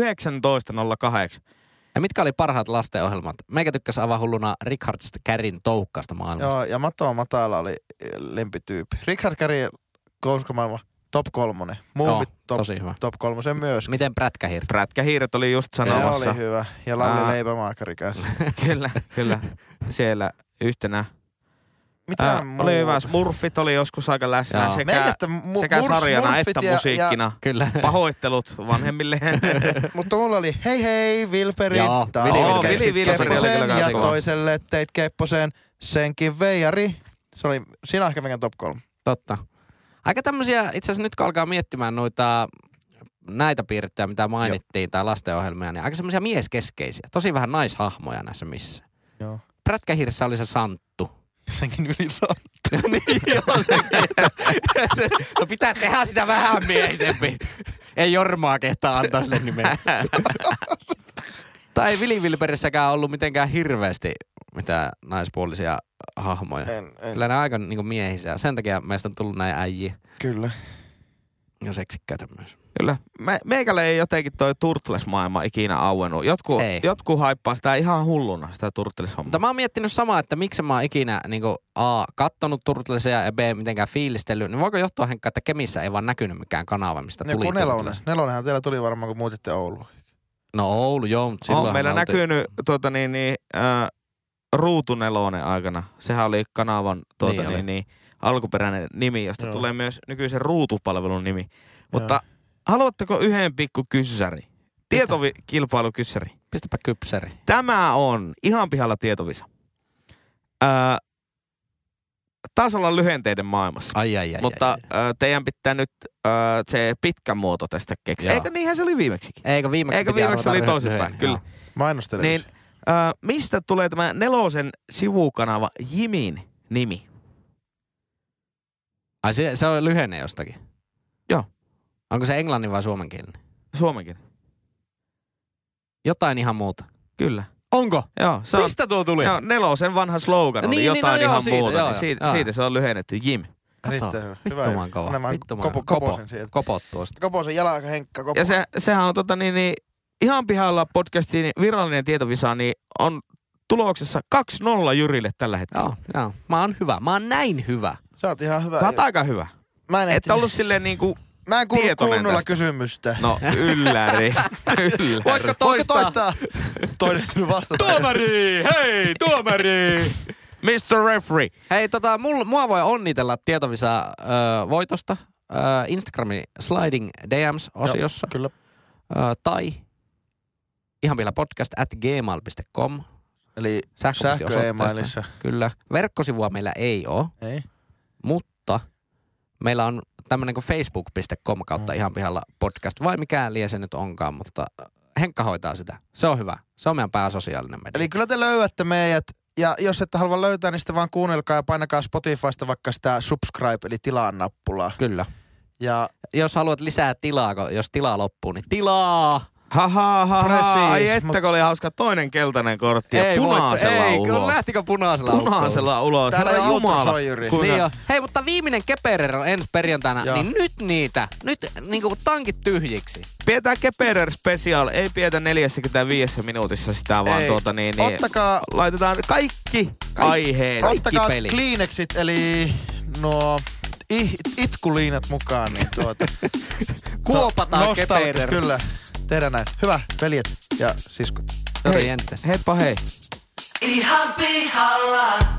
Speaker 3: 19.08.
Speaker 2: Ja mitkä oli parhaat lastenohjelmat? Meikä tykkäsi aivan hulluna Richard Kärin toukkaasta maailmasta.
Speaker 4: Joo, ja Mato Matala oli eh, lempityyppi. Richard Kari, kouskamaailma, top kolmonen. Muumit, top,
Speaker 2: tosi hyvä.
Speaker 4: top kolmosen myös.
Speaker 2: Miten prätkähirtä?
Speaker 3: Prätkähiiret oli just
Speaker 4: Ja
Speaker 3: sanomassa.
Speaker 4: oli hyvä. Ja Lalli
Speaker 3: Aa.
Speaker 4: Leipämaakari kanssa.
Speaker 3: kyllä, kyllä. Siellä yhtenä.
Speaker 4: Mitä
Speaker 3: Ää,
Speaker 4: muuta?
Speaker 3: oli hyvä. Smurfit oli joskus aika läsnä
Speaker 2: Joo.
Speaker 3: sekä,
Speaker 4: Meikästä mu-
Speaker 3: sekä
Speaker 4: murs-
Speaker 3: sarjana
Speaker 4: murfit
Speaker 3: että
Speaker 4: ja-
Speaker 3: musiikkina.
Speaker 2: Kyllä.
Speaker 3: Pahoittelut vanhemmille.
Speaker 4: [laughs] Ja, [laughs] mutta mulla oli hei hei Vilperi.
Speaker 2: Joo,
Speaker 4: taas
Speaker 2: Vili
Speaker 4: Joo,
Speaker 2: Vilperi.
Speaker 4: Vili
Speaker 3: Vili Vilperi oli
Speaker 4: Kepposen
Speaker 3: kyllä
Speaker 4: ja
Speaker 3: kans kova.
Speaker 4: toiselle teit Kepposen senkin veijari. Se oli, siinä on ehkä meidän top kolme.
Speaker 2: Totta. Aika tämmöisiä, itse asiassa nyt kun alkaa miettimään noita näitä piirrettyjä, mitä mainittiin, tai lastenohjelmia, niin aika semmoisia mieskeskeisiä. Tosi vähän naishahmoja näissä missä.
Speaker 3: [laughs]
Speaker 4: Joo.
Speaker 2: Prätkähirssä oli se Santtu. [laughs]
Speaker 4: Senkin yli saa.
Speaker 2: niin, joo, se, no pitää tehdä sitä vähän miehisempi. Ei Jormaa kehtaa antaa sille nimeä. tai Vili Vilperissäkään ollut mitenkään hirveästi mitään naispuolisia hahmoja.
Speaker 4: En, en,
Speaker 2: Kyllä ne on aika niinku miehisiä. Sen takia meistä on tullut näin äijiä.
Speaker 4: kyllä.
Speaker 2: Ja seksikkäitä myös.
Speaker 3: Kyllä. Me, meikälle ei jotenkin toi Turtles-maailma ikinä auennut. Jotkut,
Speaker 2: Ei.
Speaker 3: jotkut haippaa sitä ihan hulluna, sitä Turtles-hommaa.
Speaker 2: Mutta mä oon miettinyt samaa, että miksi mä oon ikinä niin kuin, A, kattonut Turtlesia ja B, mitenkään fiilistellyt. Niin voiko johtua Henkka, että Kemissä ei vaan näkynyt mikään kanava, mistä
Speaker 4: Joku
Speaker 2: tuli
Speaker 4: nelonen.
Speaker 2: Turtles?
Speaker 4: Nelonenhan teillä tuli varmaan, kun muutitte Ouluun.
Speaker 2: No Oulu, joo, mutta silloin
Speaker 3: On meillä näkynyt tuota, niin, niin, äh, ruutunelonen aikana. Sehän oli kanavan tuota,
Speaker 2: Niin
Speaker 3: niin,
Speaker 2: oli.
Speaker 3: niin, alkuperäinen nimi, josta
Speaker 4: Joo.
Speaker 3: tulee myös nykyisen ruutupalvelun nimi. Mutta haluatteko yhden pikku kyssäri? Tietokilpailukyssäri.
Speaker 2: Pistäpä kypsäri.
Speaker 3: Tämä on ihan pihalla tietovisa. Öö, taas ollaan lyhenteiden maailmassa.
Speaker 2: Ai, ai, ai.
Speaker 3: Mutta
Speaker 2: ai,
Speaker 3: Ö, teidän pitää nyt ö, se pitkä muoto tästä keksiä.
Speaker 2: Joo.
Speaker 3: Eikö niinhän se oli viimeksikin?
Speaker 2: ai. Eikö viimeksi
Speaker 3: Eikö
Speaker 2: piti
Speaker 3: viimeksi
Speaker 2: arvata
Speaker 3: oli
Speaker 2: lyhy-
Speaker 3: toisinpäin?
Speaker 2: lyhyen?
Speaker 3: Kyllä.
Speaker 2: Joo.
Speaker 4: Mainostele.
Speaker 3: Niin, ö, mistä tulee tämä nelosen sivukanava Jimin nimi?
Speaker 2: Ai se, se on lyhenne jostakin?
Speaker 3: Joo.
Speaker 2: Onko se englannin vai suomenkielinen?
Speaker 3: Suomenkin.
Speaker 2: Jotain ihan muuta.
Speaker 3: Kyllä.
Speaker 2: Onko?
Speaker 3: Joo, se on,
Speaker 2: Mistä tuo tuli?
Speaker 3: joo, nelosen vanha slogan oli
Speaker 2: Niin, niin, no
Speaker 3: jotain
Speaker 2: joo,
Speaker 3: ihan
Speaker 2: siitä,
Speaker 3: muuta.
Speaker 2: joo,
Speaker 3: niin
Speaker 2: joo,
Speaker 3: siitä,
Speaker 2: joo.
Speaker 3: siitä se on lyhennetty Jim.
Speaker 2: Kato,
Speaker 4: Riittää hyvä. Hyvä
Speaker 2: vittumaan
Speaker 4: idea.
Speaker 2: kova.
Speaker 4: Anna mä
Speaker 2: vittumaan
Speaker 4: kopo-
Speaker 2: kova.
Speaker 4: koposen
Speaker 2: Kopo-
Speaker 4: sieltä.
Speaker 2: Kopot tuosta.
Speaker 4: Koposen jalka Henkka kopo.
Speaker 3: Ja se, sehän on tota, niin, niin, ihan pihalla podcastin niin virallinen tietovisa, niin on tuloksessa 2-0 Jyrille tällä hetkellä.
Speaker 2: Joo, joo. Mä oon hyvä. Mä oon näin hyvä.
Speaker 4: Sä oot ihan hyvä.
Speaker 3: Tää on aika hyvä.
Speaker 4: Mä en,
Speaker 3: Et
Speaker 4: ehtinyt-
Speaker 3: ollut silleen niinku,
Speaker 4: mä en kuullut
Speaker 3: tietoinen
Speaker 4: kunnolla
Speaker 3: tästä.
Speaker 4: kysymystä.
Speaker 3: no
Speaker 2: [laughs]
Speaker 3: ylläri, ylläri.
Speaker 2: Voitko
Speaker 4: Voitko
Speaker 2: toistaa?
Speaker 3: [laughs]
Speaker 4: toistaa? Toinen tuli vastata.
Speaker 3: Tuomari! Hei, tuomari! Mr. Referee.
Speaker 2: Hei, tota, mul, mua voi onnitella tietovisa ö, voitosta ö, Instagramin sliding DMs-osiossa.
Speaker 4: Kyllä.
Speaker 2: Ö, tai ihan vielä podcast at gmail.com
Speaker 4: Eli sähkö
Speaker 2: sähköpostiosoitteesta.
Speaker 4: e-mailissa.
Speaker 2: Kyllä. Verkkosivua meillä ei ole,
Speaker 4: Ei.
Speaker 2: mutta meillä on tämmöinen kuin facebook.com kautta
Speaker 4: Mm.
Speaker 2: ihan pihalla podcast, vai mikä liian se nyt onkaan, mutta Henkka hoitaa sitä. Se on hyvä. Se on meidän pääsosiaalinen media.
Speaker 4: Eli kyllä te löydätte meidät. Ja jos ette halua löytää, niin sitten vaan kuunnelkaa ja painakaa Spotifysta vaikka sitä subscribe, eli tilaa nappulaa.
Speaker 2: Kyllä.
Speaker 4: Ja
Speaker 2: Jos haluat lisää tilaa, ko- jos tilaa loppuu, niin tilaa!
Speaker 3: Ha ha ha
Speaker 4: Precis,
Speaker 3: ha. Ai että
Speaker 4: mut-
Speaker 3: kun oli hauska toinen keltainen kortti ja punaisella
Speaker 2: voitto. Ei, kun
Speaker 3: ulos.
Speaker 2: lähtikö punaisella autolla?
Speaker 3: Punaisella ulos.
Speaker 4: Täällä
Speaker 3: Herra
Speaker 4: ei auto
Speaker 3: Jumala.
Speaker 4: soi, Jyri.
Speaker 3: kuinka-
Speaker 2: Niin jo. Hei, mutta viimeinen keperer on ensi perjantaina,
Speaker 4: Joo.
Speaker 2: niin nyt niitä. Nyt niin kuin tankit tyhjiksi.
Speaker 3: Pidetään Keperer Special. Ei pidetä 45 minuutissa sitä, vaan
Speaker 4: Ei.
Speaker 3: tuota niin, niin
Speaker 4: ottakaa,
Speaker 3: laitetaan kaikki, aiheet.
Speaker 4: ottakaa
Speaker 2: peli.
Speaker 4: kliineksit, eli nuo ih, itkuliinat mukaan, niin tuota,
Speaker 3: [laughs]
Speaker 2: Kuopataan
Speaker 4: nostal-
Speaker 2: keperer.
Speaker 4: Kyllä, tehdään näin. Hyvä, veljet ja siskot.
Speaker 2: Hei.
Speaker 3: Hei. Heippa hei.
Speaker 1: ihan pihalla.